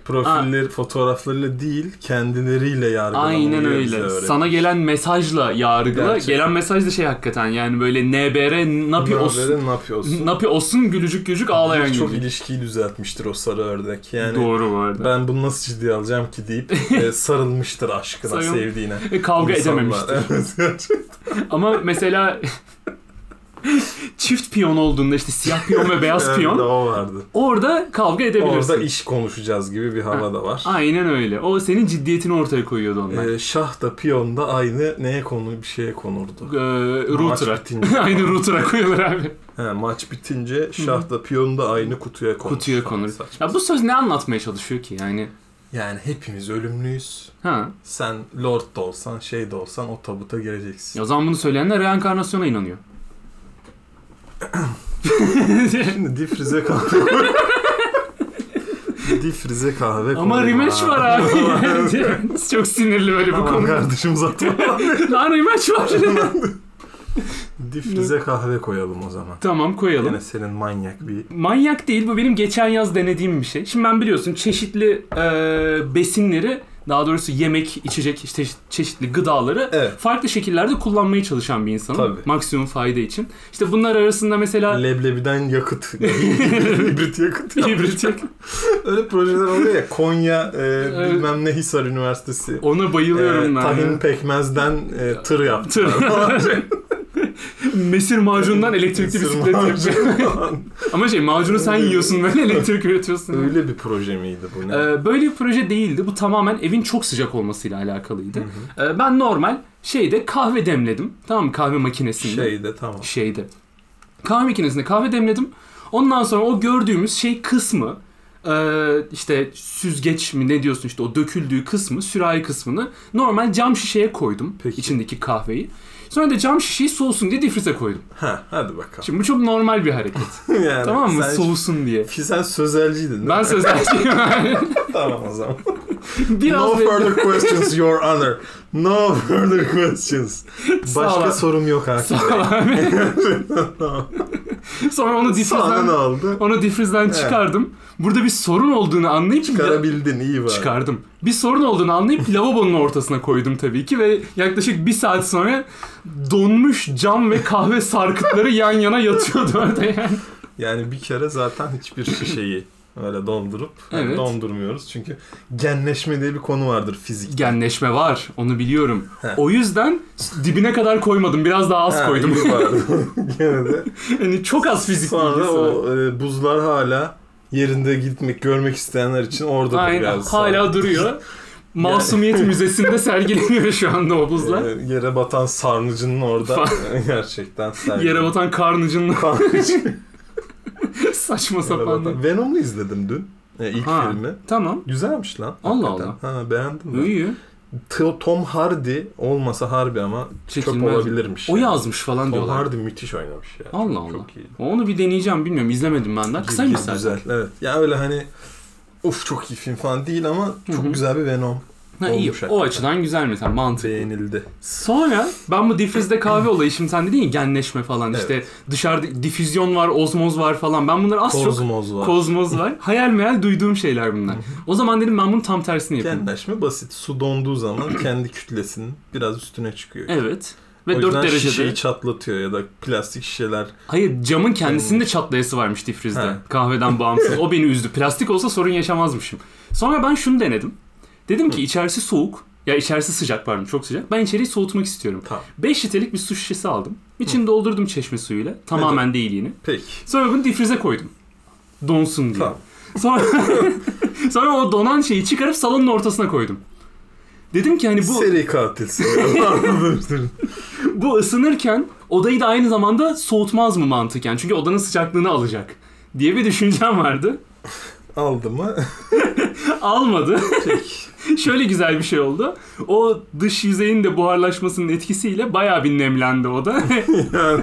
Speaker 2: profilleri, fotoğraflarıyla değil, kendileriyle yargılamayı
Speaker 1: Aynen
Speaker 2: bize
Speaker 1: öyle.
Speaker 2: öğretti.
Speaker 1: Sana gelen mesajla yargıla.
Speaker 2: Gerçekten.
Speaker 1: Gelen mesaj da şey hakikaten yani böyle NBR napi
Speaker 2: Ne
Speaker 1: olsun.
Speaker 2: haberin, ne yapıyorsun?
Speaker 1: Napi olsun gülücük gülücük ağlayan
Speaker 2: Çok
Speaker 1: gibi.
Speaker 2: ilişkiyi düzeltmiştir o sarı ördek. Yani
Speaker 1: Doğru bu arada.
Speaker 2: ben bunu nasıl ciddiye alacağım ki deyip e, sarılmıştır aşkına,
Speaker 1: Sarıl-
Speaker 2: sevdiğine.
Speaker 1: E, Kavga
Speaker 2: İnsanlar.
Speaker 1: edememiştir.
Speaker 2: Evet, gerçekten.
Speaker 1: Ama mesela çift piyon olduğunda işte siyah piyon ve beyaz
Speaker 2: Evet,
Speaker 1: piyon
Speaker 2: O vardı.
Speaker 1: orada kavga edebilirsin.
Speaker 2: Orada iş konuşacağız gibi bir hava da var.
Speaker 1: Aynen öyle. O senin ciddiyetini ortaya koyuyordu onlar.
Speaker 2: Ee, şah da piyon da aynı neye konu bir şeye konurdu.
Speaker 1: Ee, router'a.
Speaker 2: Maç bitince.
Speaker 1: Aynı router'a koyuyorlar abi.
Speaker 2: He, maç bitince şah da piyon da aynı kutuya konur.
Speaker 1: Kutuya
Speaker 2: falan.
Speaker 1: konur.
Speaker 2: Saçma.
Speaker 1: Ya bu söz ne anlatmaya çalışıyor ki yani?
Speaker 2: Yani hepimiz ölümlüyüz.
Speaker 1: Ha.
Speaker 2: Sen lord da olsan şey de olsan o tabuta gireceksin.
Speaker 1: O zaman bunu söyleyenler reenkarnasyona inanıyor.
Speaker 2: Şimdi difrize kahve Difrize kahve
Speaker 1: Ama rematch var abi. Çok sinirli böyle bu
Speaker 2: Tamam
Speaker 1: konu.
Speaker 2: kardeşim zaten.
Speaker 1: Lan rematch var.
Speaker 2: Difrize kahve koyalım o zaman.
Speaker 1: tamam koyalım.
Speaker 2: Yine senin manyak bir
Speaker 1: Manyak değil bu benim geçen yaz denediğim bir şey. Şimdi ben biliyorsun çeşitli e, besinleri daha doğrusu yemek, içecek, işte çeşitli gıdaları
Speaker 2: Evet.
Speaker 1: farklı şekillerde kullanmaya çalışan bir insanım.
Speaker 2: Tabii.
Speaker 1: Maksimum fayda için. İşte bunlar arasında mesela
Speaker 2: leblebiden yakıt. Hibrit yakıt.
Speaker 1: hibritçek.
Speaker 2: Öyle projeler oluyor ya Konya e,
Speaker 1: Evet.
Speaker 2: bilmem ne Hisar Üniversitesi.
Speaker 1: Ona bayılıyorum
Speaker 2: E,
Speaker 1: ben.
Speaker 2: tahin pekmezden e, tır yaptı.
Speaker 1: Tır. Mesir macunundan elektrikli bisiklet yapacağım. Ama şey macunu sen yiyorsun böyle elektrik üretiyorsun.
Speaker 2: Öyle bir proje miydi bu ne?
Speaker 1: Ee, böyle bir proje değildi. Bu tamamen evin çok sıcak olmasıyla alakalıydı. Ee,
Speaker 2: Şey.
Speaker 1: ben normal şeyde kahve demledim. Tamam mı? kahve makinesinde.
Speaker 2: Şeyde tamam.
Speaker 1: Şeyde. Kahve makinesinde kahve demledim. Ondan sonra o gördüğümüz şey kısmı e, işte süzgeç mi ne diyorsun işte o döküldüğü kısmı sürahi kısmını normal cam şişeye koydum
Speaker 2: Peki.
Speaker 1: içindeki kahveyi. Sonra da cam şişeyi soğusun diye difrize koydum.
Speaker 2: Ha, hadi bakalım.
Speaker 1: Şimdi bu çok normal bir hareket.
Speaker 2: Yani
Speaker 1: tamam mı?
Speaker 2: Sen,
Speaker 1: Soğusun diye.
Speaker 2: Ki sen sözelciydin değil mi?
Speaker 1: Ben sözelciyim.
Speaker 2: tamam o zaman.
Speaker 1: Biraz
Speaker 2: no
Speaker 1: belli-
Speaker 2: further questions your honor. No further questions.
Speaker 1: Sağ ol.
Speaker 2: Başka sorum yok artık.
Speaker 1: Sağ ol abi. Sonra onu
Speaker 2: Sonra
Speaker 1: difrizden,
Speaker 2: ne oldu?
Speaker 1: onu difrizden çıkardım. Burada bir sorun olduğunu anlayıp
Speaker 2: Çıkarabildin iyi var.
Speaker 1: çıkardım. Bir sorun olduğunu anlayıp lavabonun ortasına koydum tabii ki ve yaklaşık bir saat sonra donmuş cam ve kahve sarkıtları yan yana yatıyordu orada yani.
Speaker 2: Yani bir kere zaten hiçbir şişeyi öyle dondurup yani
Speaker 1: Evet.
Speaker 2: dondurmuyoruz. Çünkü genleşme diye bir konu vardır fizik.
Speaker 1: Genleşme var onu biliyorum.
Speaker 2: He.
Speaker 1: O yüzden dibine kadar koymadım biraz daha az
Speaker 2: Ha,
Speaker 1: koydum.
Speaker 2: iyi var. Gene de.
Speaker 1: yani çok az fizik
Speaker 2: Sonra
Speaker 1: bilgisi var.
Speaker 2: o e, buzlar hala yerinde gitmek, görmek isteyenler için orada
Speaker 1: Aynen
Speaker 2: biraz.
Speaker 1: hala duruyor. Masumiyet Müzesi'nde sergileniyor şu anda o buzlar.
Speaker 2: E, Yere batan sarnıcının orada gerçekten sergi.
Speaker 1: Yere batan karnıcının
Speaker 2: Sarnıcı.
Speaker 1: saçma
Speaker 2: Yere
Speaker 1: sapan.
Speaker 2: batan. Venom'u izledim dün. E, ilk
Speaker 1: Ha.
Speaker 2: filmi.
Speaker 1: Tamam.
Speaker 2: Güzelmiş lan.
Speaker 1: Allah
Speaker 2: hakikaten. Ha, beğendim ben.
Speaker 1: İyi.
Speaker 2: T- Tom Hardy olmasa harbi ama çöp
Speaker 1: Çekilmez.
Speaker 2: olabilirmiş.
Speaker 1: O
Speaker 2: yani.
Speaker 1: yazmış falan
Speaker 2: Tom
Speaker 1: diyorlar.
Speaker 2: Hardy müthiş oynamış ya.
Speaker 1: Allah Allah.
Speaker 2: Çok iyi.
Speaker 1: Onu bir deneyeceğim bilmiyorum. izlemedim ben daha. Kısa bir
Speaker 2: Güzel,
Speaker 1: sadece?
Speaker 2: Güzel. Evet. Ya öyle hani of çok iyi film falan değil ama çok
Speaker 1: Hı hı.
Speaker 2: güzel bir Venom.
Speaker 1: Ha, iyi.
Speaker 2: Olmuş hakikaten.
Speaker 1: O açıdan güzel mesela mantık.
Speaker 2: Beğenildi.
Speaker 1: Sonra ben bu difrizde kahve olayı şimdi sen dedin ya genleşme falan
Speaker 2: Evet.
Speaker 1: işte dışarıda difüzyon var, ozmoz var falan. Ben bunları az çok
Speaker 2: Kozmoz var.
Speaker 1: kozmoz var. Hayal meyal duyduğum şeyler bunlar. O zaman dedim ben bunun tam tersini yapayım.
Speaker 2: Genleşme basit. Su donduğu zaman kendi kütlesinin biraz üstüne çıkıyor.
Speaker 1: Evet.
Speaker 2: o
Speaker 1: Ve
Speaker 2: yüzden
Speaker 1: 4 derecede.
Speaker 2: şişeyi çatlatıyor ya da plastik şişeler.
Speaker 1: Hayır camın kendisinde çatlayası varmış difrizde.
Speaker 2: Ee, He.
Speaker 1: Kahveden bağımsız. o beni üzdü. Plastik olsa sorun yaşamazmışım. Sonra ben şunu denedim. Dedim ki içerisi soğuk. Ya içerisi sıcak pardon çok sıcak. Ben içeriği soğutmak istiyorum.
Speaker 2: Tamam.
Speaker 1: 5 litrelik bir su şişesi aldım. İçini doldurdum çeşme suyuyla. Tamamen değil yeni.
Speaker 2: Peki.
Speaker 1: Sonra bunu difrize koydum. Donsun diye.
Speaker 2: Tamam.
Speaker 1: Sonra, sonra o donan şeyi çıkarıp salonun ortasına koydum. Dedim ki hani bu
Speaker 2: Seri katilsin. Anladın mı?
Speaker 1: bu ısınırken odayı da aynı zamanda soğutmaz mı mantıken? Çünkü odanın sıcaklığını alacak diye bir düşüncem vardı.
Speaker 2: Aldı mı?
Speaker 1: Almadı.
Speaker 2: Peki.
Speaker 1: Şöyle güzel bir şey oldu. O dış yüzeyin de buharlaşmasının etkisiyle bayağı bir nemlendi oda.
Speaker 2: Yani,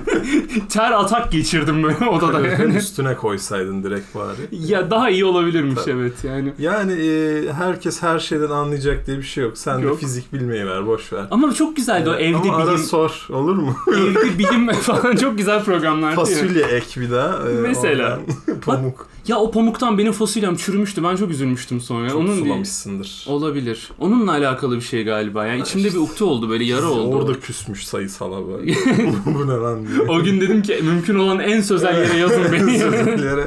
Speaker 1: Ter atak geçirdim böyle odada.
Speaker 2: hem
Speaker 1: yani.
Speaker 2: üstüne koysaydın direkt bari.
Speaker 1: ya daha iyi olabilirmiş
Speaker 2: Tabii.
Speaker 1: evet yani.
Speaker 2: Yani e, herkes her şeyden anlayacak diye bir şey yok. Sen de
Speaker 1: Yok.
Speaker 2: fizik bilmeyi ver boş ver. E,
Speaker 1: Ama çok güzeldi o evde
Speaker 2: Ama ara
Speaker 1: bilim,
Speaker 2: sor olur mu?
Speaker 1: evde bilim falan çok güzel programlardı. ya.
Speaker 2: Fasulye ek bir daha. e,
Speaker 1: Mesela.
Speaker 2: oradan pamuk.
Speaker 1: Ya o pamuktan benim fasulyem çürümüştü. Ben çok üzülmüştüm sonra.
Speaker 2: Çok
Speaker 1: e, Onun bir-
Speaker 2: sulamışsındır.
Speaker 1: Olabilir. Onunla alakalı bir şey galiba. Yani içimde bir ukde oldu böyle yara oldu.
Speaker 2: Orada küsmüş sayısala böyle. Bu ne lan diye.
Speaker 1: O gün dedim ki mümkün olan en sözel yere yazın beni.
Speaker 2: Sözlüklere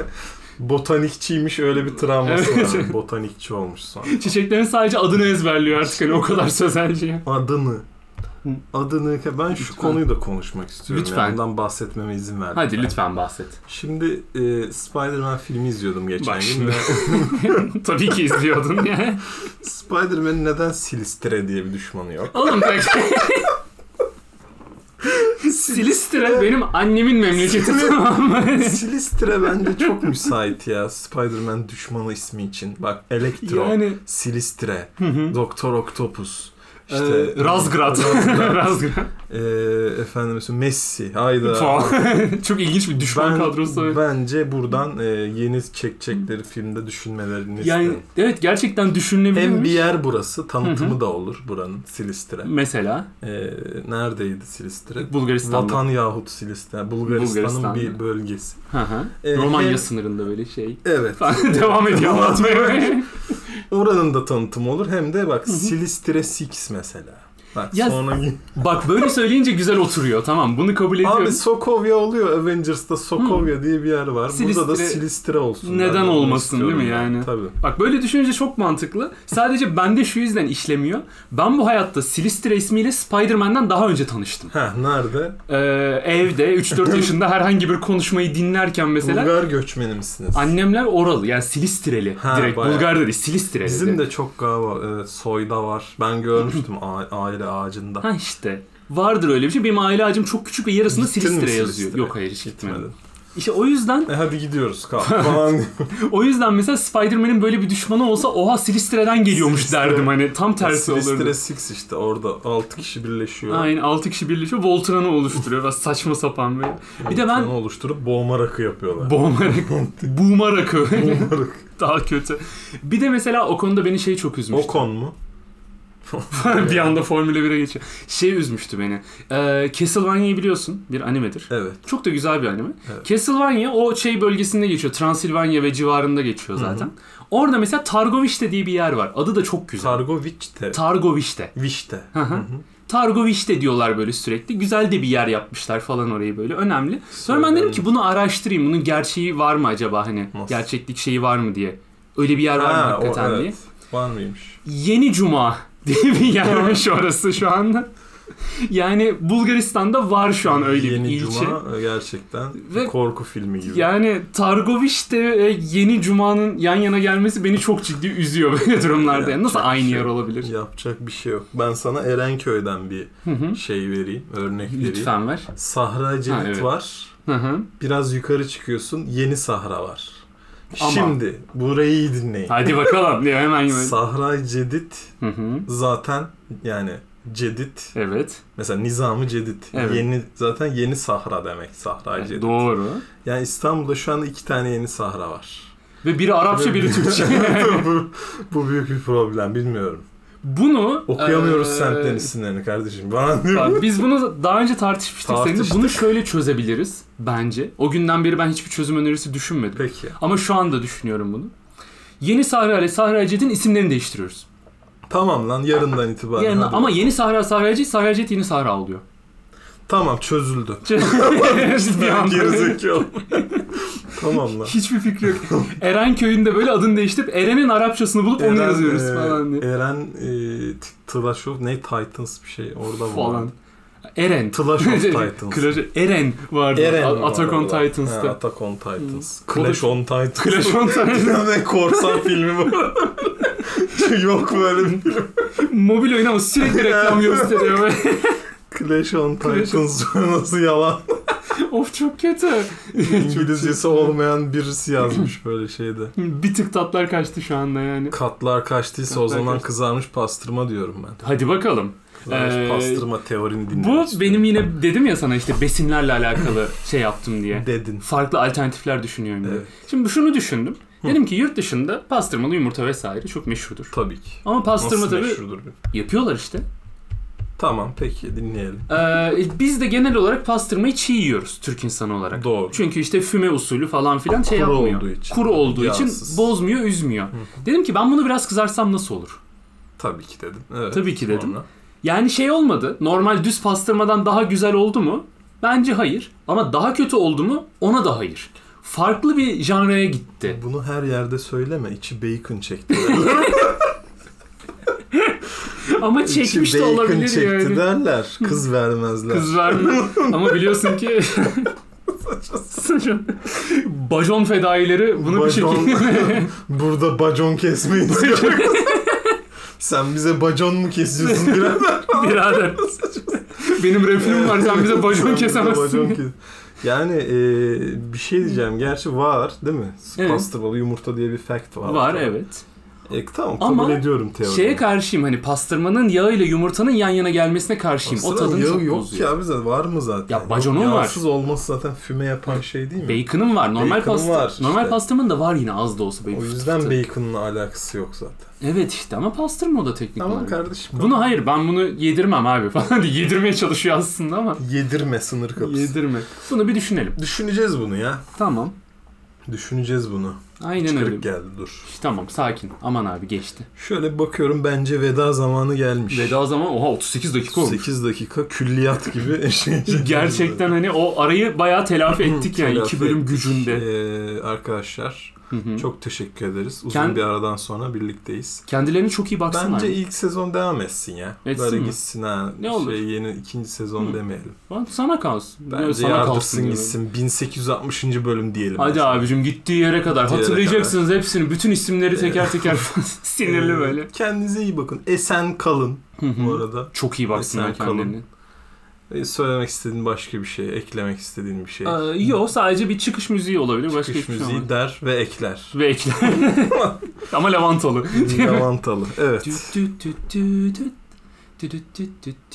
Speaker 2: botanikçiymiş öyle bir travması
Speaker 1: Evet.
Speaker 2: var. Botanikçi olmuş sonra.
Speaker 1: Çiçeklerin sadece adını ezberliyor artık hani o kadar sözelci.
Speaker 2: Adını.
Speaker 1: Hı.
Speaker 2: Adını. Ben şu konuyu da konuşmak istiyorum.
Speaker 1: Lütfen.
Speaker 2: Yani Ondan bahsetmeme izin ver.
Speaker 1: Hadi lütfen bahset.
Speaker 2: Şimdi e, Spider-Man filmi izliyordum geçen
Speaker 1: Bak
Speaker 2: gün.
Speaker 1: şimdi. Tabii ki izliyordun ya.
Speaker 2: Spider-Man'in neden Silistre diye bir düşmanı yok?
Speaker 1: Oğlum bak. Silistre benim annemin memleketi tamam mı?
Speaker 2: Silistre bence çok müsait ya Spider-Man düşmanı ismi için. Bak Elektro,
Speaker 1: Yani-
Speaker 2: Silistre,
Speaker 1: Hı hı.
Speaker 2: Doktor Octopus, işte
Speaker 1: Ee, Razgrad.
Speaker 2: Razgrad.
Speaker 1: Razgrad.
Speaker 2: Ee, efendim mesela Messi. Hayda.
Speaker 1: Falan. Çok ilginç bir düşman
Speaker 2: Ben-
Speaker 1: kadrosu.
Speaker 2: Bence buradan e, yeni çekecekleri filmde düşünmelerini
Speaker 1: Yani
Speaker 2: isterim.
Speaker 1: evet gerçekten düşünülebilir.
Speaker 2: Hem bir yer burası, tanıtımı da olur buranın Silistre.
Speaker 1: Mesela
Speaker 2: Ee, neredeydi Silistre?
Speaker 1: Bulgaristan'da.
Speaker 2: Vatan yahut Silistre. Bulgaristan'ın
Speaker 1: Bulgaristan'da.
Speaker 2: bir bölgesi.
Speaker 1: Hı hı.
Speaker 2: Ee,
Speaker 1: Romanya
Speaker 2: hem-
Speaker 1: sınırında böyle şey.
Speaker 2: Evet.
Speaker 1: Devam ediyor anlatmaya.
Speaker 2: Oranın da tanıtımı olur. Hem de bak Silistre Six mesela. Bak
Speaker 1: Ya-
Speaker 2: sonra...
Speaker 1: Bak böyle söyleyince güzel oturuyor tamam bunu kabul ediyorum.
Speaker 2: Abi Sokovia oluyor. Avengers'ta Sokovia diye bir yer var. Burada da
Speaker 1: Silistre-
Speaker 2: Silistre olsun.
Speaker 1: Neden
Speaker 2: Ben de bunu
Speaker 1: olmasın değil mi
Speaker 2: istiyorum ben.
Speaker 1: yani?
Speaker 2: Tabii.
Speaker 1: Bak böyle düşününce çok mantıklı. Sadece bende şu yüzden işlemiyor. Ben bu hayatta Silistre ismiyle Spider-Man'den daha önce tanıştım.
Speaker 2: Heh nerede?
Speaker 1: Ee, evde 3-4 yaşında herhangi bir konuşmayı dinlerken mesela
Speaker 2: Bulgar göçmeni misiniz?
Speaker 1: annemler oralı yani Silistreli.
Speaker 2: Ha,
Speaker 1: direkt
Speaker 2: bayağı.
Speaker 1: Bulgar dedi Silistreli.
Speaker 2: Bizim
Speaker 1: dedi.
Speaker 2: de çok galiba evet, soyda var. Ben görmüştüm a- aile ağacında.
Speaker 1: Ha işte. Vardır öyle bir şey. Benim aile ağacım çok küçük ve yarısında
Speaker 2: Gittin mi
Speaker 1: Silistre yazıyor.
Speaker 2: Silistre?
Speaker 1: Yok hayır hiç gitmedim.
Speaker 2: Gitmedim.
Speaker 1: İşte o yüzden
Speaker 2: E hadi gidiyoruz kalk falan.
Speaker 1: o yüzden mesela Spider-Man'in böyle bir düşmanı olsa oha Silistre'den geliyormuş
Speaker 2: Silistre.
Speaker 1: derdim hani tam tersi olurdu.
Speaker 2: Silistre Six işte orada 6 kişi birleşiyor.
Speaker 1: Aynen 6 kişi birleşiyor Voltran'ı oluşturuyor. Biraz saçma sapan böyle. Bir de ben
Speaker 2: Kanı oluşturup boğma rakı yapıyorlar.
Speaker 1: Boğmarak. Boomerak'ı.
Speaker 2: boğma rakı.
Speaker 1: Daha kötü. Bir de mesela o konuda beni şey çok üzmüştü.
Speaker 2: Okon mu?
Speaker 1: bir anda Formula 1'e geçiyor. Şey üzmüştü beni. Ee, Castlevania'yı biliyorsun. Bir animedir.
Speaker 2: Evet.
Speaker 1: Çok da güzel bir anime.
Speaker 2: Evet.
Speaker 1: Castlevania o şey bölgesinde geçiyor. Transilvanya ve civarında geçiyor
Speaker 2: Hı hı.
Speaker 1: zaten. Orada mesela Targoviç'te diye bir yer var. Adı da çok güzel.
Speaker 2: Targovic'te.
Speaker 1: Targoviç'te.
Speaker 2: Viş'te.
Speaker 1: Hı hı. Targoviç'te diyorlar böyle sürekli. Güzel de bir yer yapmışlar falan orayı böyle. Önemli. Sonra ben dedim ki bunu araştırayım. Bunun gerçeği var mı acaba hani?
Speaker 2: Nasıl?
Speaker 1: Gerçeklik şeyi var mı diye. Öyle bir yer var mı
Speaker 2: Ha, o,
Speaker 1: hakikaten diye.
Speaker 2: evet. Var mıymış?
Speaker 1: Yeni Cuma diye bir yermiş orası şu anda. Yani Bulgaristan'da var şu an öyle
Speaker 2: Yeni
Speaker 1: bir ilçe.
Speaker 2: Cuma e, gerçekten
Speaker 1: Ve-
Speaker 2: korku filmi gibi.
Speaker 1: Yani Targoviç'te ve Yeni Cuma'nın yan yana gelmesi beni çok ciddi üzüyor böyle durumlarda. Yani nasıl
Speaker 2: Yapacak
Speaker 1: aynı
Speaker 2: bir şey
Speaker 1: yer
Speaker 2: yok.
Speaker 1: olabilir?
Speaker 2: Yapacak bir şey yok. Ben sana Erenköy'den bir
Speaker 1: Hı hı.
Speaker 2: şey vereyim, örnek vereyim.
Speaker 1: Lütfen ver.
Speaker 2: Sahra Cennet
Speaker 1: Ha, evet.
Speaker 2: var.
Speaker 1: Hı hı.
Speaker 2: Biraz yukarı çıkıyorsun. Yeni Sahra var.
Speaker 1: Ama-
Speaker 2: Şimdi burayı iyi dinleyin.
Speaker 1: Hadi bakalım diyor hemen hemen.
Speaker 2: Sahra Cedit
Speaker 1: Hı hı.
Speaker 2: zaten yani Cedit
Speaker 1: Evet.
Speaker 2: mesela Nizamı Cedit
Speaker 1: Evet.
Speaker 2: yeni zaten yeni Sahra demek Sahra Cedit.
Speaker 1: Doğru.
Speaker 2: Yani İstanbul'da şu anda iki tane yeni Sahra var.
Speaker 1: Ve biri Arapça biri Türkçe.
Speaker 2: bu, bu büyük bir problem bilmiyorum.
Speaker 1: Bunu
Speaker 2: Okuyamıyoruz
Speaker 1: eee,
Speaker 2: semtlerin isimlerini kardeşim. Bana diyor.
Speaker 1: Abi biz bunu daha önce tartışmıştık seninle.
Speaker 2: Tartıştık.
Speaker 1: Bunu şöyle çözebiliriz bence. O günden beri ben hiçbir çözüm önerisi düşünmedim.
Speaker 2: Peki.
Speaker 1: Ama şu anda düşünüyorum bunu. Yeni Sahra ile Sahra Ced'in isimlerini değiştiriyoruz.
Speaker 2: Tamam lan yarından itibaren.
Speaker 1: Yani
Speaker 2: hadi
Speaker 1: ama
Speaker 2: bakalım.
Speaker 1: yeni Sahra Sahra Ced, Sahra Ced yeni Sahra oluyor.
Speaker 2: Tamam çözüldü.
Speaker 1: bir
Speaker 2: Ben
Speaker 1: anda.
Speaker 2: gerizekalı. tamam lan.
Speaker 1: Hiçbir fikri yok. Eren köyünde böyle adını değiştirip Eren'in Arapçasını bulup onu yazıyoruz
Speaker 2: e,
Speaker 1: falan diye.
Speaker 2: Eren e, T- Clash of ne Titans bir şey orada var.
Speaker 1: Falan. Eren.
Speaker 2: Clash of Titans.
Speaker 1: Clash- Eren vardı.
Speaker 2: Eren
Speaker 1: A-
Speaker 2: bu
Speaker 1: Attack on
Speaker 2: arada. Ha,
Speaker 1: Titans'ta.
Speaker 2: Attack on Titans. Clash
Speaker 1: O
Speaker 2: on Titans.
Speaker 1: Clash on Titans.
Speaker 2: ne korsan filmi bu. Yok böyle bir film.
Speaker 1: Mobil oyun ama sürekli reklam gösteriyor.
Speaker 2: Clash on
Speaker 1: Clash-
Speaker 2: Titans nasıl yalan.
Speaker 1: of çok kötü.
Speaker 2: İngilizcesi olmayan birisi yazmış böyle şeyde.
Speaker 1: Bir tık tatlar kaçtı şu anda yani.
Speaker 2: Katlar kaçtıysa o
Speaker 1: Katlar
Speaker 2: zaman
Speaker 1: kaçtı.
Speaker 2: kızarmış pastırma diyorum ben.
Speaker 1: Hadi bakalım.
Speaker 2: Kızarmış
Speaker 1: Ee,
Speaker 2: pastırma teorini
Speaker 1: Bu
Speaker 2: dinlemek
Speaker 1: benim
Speaker 2: istiyorum.
Speaker 1: yine dedim ya sana işte besinlerle alakalı şey yaptım diye.
Speaker 2: Dedin.
Speaker 1: Farklı alternatifler düşünüyorum diye.
Speaker 2: Evet.
Speaker 1: Şimdi şunu düşündüm.
Speaker 2: Hı.
Speaker 1: Dedim ki yurt dışında pastırmalı yumurta vesaire çok meşhurdur.
Speaker 2: Tabii ki.
Speaker 1: Ama pastırma
Speaker 2: Nasıl
Speaker 1: tabii
Speaker 2: meşhurdur bir-
Speaker 1: yapıyorlar işte.
Speaker 2: Tamam peki dinleyelim.
Speaker 1: Ee, biz de genel olarak pastırmayı çiğ yiyoruz Türk insanı olarak.
Speaker 2: Doğru.
Speaker 1: Çünkü işte füme usulü falan filan şey
Speaker 2: Kuru
Speaker 1: yapmıyor.
Speaker 2: olduğu için.
Speaker 1: Kuru olduğu için
Speaker 2: Yağsız.
Speaker 1: bozmuyor, üzmüyor.
Speaker 2: hı.
Speaker 1: Dedim ki ben bunu biraz kızarsam nasıl olur?
Speaker 2: Tabii ki dedim. Evet.
Speaker 1: Tabii ki dedim.
Speaker 2: Sonra.
Speaker 1: Yani şey olmadı. Normal düz pastırmadan daha güzel oldu mu? Bence hayır. Ama daha kötü oldu mu? Ona da hayır. Farklı bir janraya gitti.
Speaker 2: Bunu her yerde söyleme. İçi bacon çekti.
Speaker 1: Ama çekmiş
Speaker 2: İçi
Speaker 1: de
Speaker 2: bacon
Speaker 1: olabilir
Speaker 2: çekti
Speaker 1: yani.
Speaker 2: derler. Kız vermezler.
Speaker 1: Kız verme. Ama biliyorsun ki Bajon fedaileri bunu
Speaker 2: Bacon-
Speaker 1: bir şekilde
Speaker 2: Burada bacon kesmeyi diyor. Sen bize bacon mu kesiyorsun birader?
Speaker 1: birader. Benim reflüm var sen bize bajon
Speaker 2: bize bacon
Speaker 1: kesemezsin.
Speaker 2: kes- Yani e, bir şey diyeceğim. Gerçi var değil mi?
Speaker 1: Evet.
Speaker 2: Pastırmalı yumurta diye bir fact var.
Speaker 1: Var evet.
Speaker 2: E, tamam kabul
Speaker 1: Ama
Speaker 2: ediyorum teoriyi.
Speaker 1: Şeye karşıyım hani pastırmanın yağı ile yumurtanın yan yana gelmesine karşıyım. O
Speaker 2: Aslında
Speaker 1: tadını
Speaker 2: yağı
Speaker 1: çok
Speaker 2: yok
Speaker 1: bozuyor.
Speaker 2: ki abi zaten var mı zaten?
Speaker 1: Ya baconun var.
Speaker 2: Yağsız olması zaten füme yapan şey değil mi?
Speaker 1: Bacon'ım var. Normal
Speaker 2: Bacon'ım
Speaker 1: pasta.
Speaker 2: var işte.
Speaker 1: Normal pastırmanın da var yine az da olsa böyle.
Speaker 2: o
Speaker 1: fıt
Speaker 2: yüzden
Speaker 1: fıtı.
Speaker 2: bacon'la alakası yok zaten.
Speaker 1: Evet işte ama pastırma o da teknik
Speaker 2: Tamam
Speaker 1: olarak.
Speaker 2: kardeşim.
Speaker 1: Bunu hayır ben bunu yedirmem abi falan diye yedirmeye çalışıyor aslında ama.
Speaker 2: yedirme sınır kapısı.
Speaker 1: Yedirme. Bunu bir düşünelim.
Speaker 2: Düşüneceğiz bunu ya.
Speaker 1: Tamam.
Speaker 2: Düşüneceğiz bunu.
Speaker 1: Aynen öyle.
Speaker 2: Çıkarık geldi dur.
Speaker 1: İşte Tamam sakin. Aman abi geçti.
Speaker 2: Şöyle bir bakıyorum bence veda zamanı gelmiş.
Speaker 1: Veda zaman oha 38 dakika olmuş.
Speaker 2: 8 dakika külliyat gibi şey.
Speaker 1: Gerçekten hani o arayı bayağı telafi ettik yani
Speaker 2: Telafi
Speaker 1: iki bölüm
Speaker 2: ettik.
Speaker 1: gücünde.
Speaker 2: Ee, arkadaşlar
Speaker 1: Hı hı.
Speaker 2: çok teşekkür ederiz. Uzun
Speaker 1: Kend-
Speaker 2: bir aradan sonra birlikteyiz.
Speaker 1: Kendilerine çok iyi baksınlar.
Speaker 2: Bence ilk sezon devam etsin ya.
Speaker 1: Etsin
Speaker 2: Böyle
Speaker 1: mi?
Speaker 2: gitsin ha.
Speaker 1: Ne olur?
Speaker 2: Şey, yeni ikinci sezon
Speaker 1: Hı.
Speaker 2: demeyelim.
Speaker 1: Lan Sana kalsın.
Speaker 2: Bence
Speaker 1: sana
Speaker 2: yardırsın
Speaker 1: kalsın diyorum.
Speaker 2: gitsin. 1860. bölüm diyelim.
Speaker 1: Hadi
Speaker 2: mesela.
Speaker 1: abicim gittiği yere kadar
Speaker 2: Gittiği yere
Speaker 1: hatırlayacaksınız hepsini. Bütün isimleri teker
Speaker 2: Evet.
Speaker 1: teker sinirli
Speaker 2: Ee,
Speaker 1: böyle.
Speaker 2: Kendinize iyi bakın. Esen kalın
Speaker 1: Hı hı.
Speaker 2: bu arada.
Speaker 1: Çok iyi baksınlar
Speaker 2: Mesela kalın.
Speaker 1: kendilerine.
Speaker 2: E, söylemek istediğin başka bir şey, eklemek istediğin bir şey.
Speaker 1: Ee, yo sadece bir çıkış müziği olabilir. Başka
Speaker 2: Kış
Speaker 1: hiçbir şey
Speaker 2: müziği
Speaker 1: olmaz.
Speaker 2: der ve ekler.
Speaker 1: Ve ekle. Ama levantalı.
Speaker 2: Lavantalı. Evet.
Speaker 1: Tüt tüt tüt tüt tüt. Tüt tüt tüt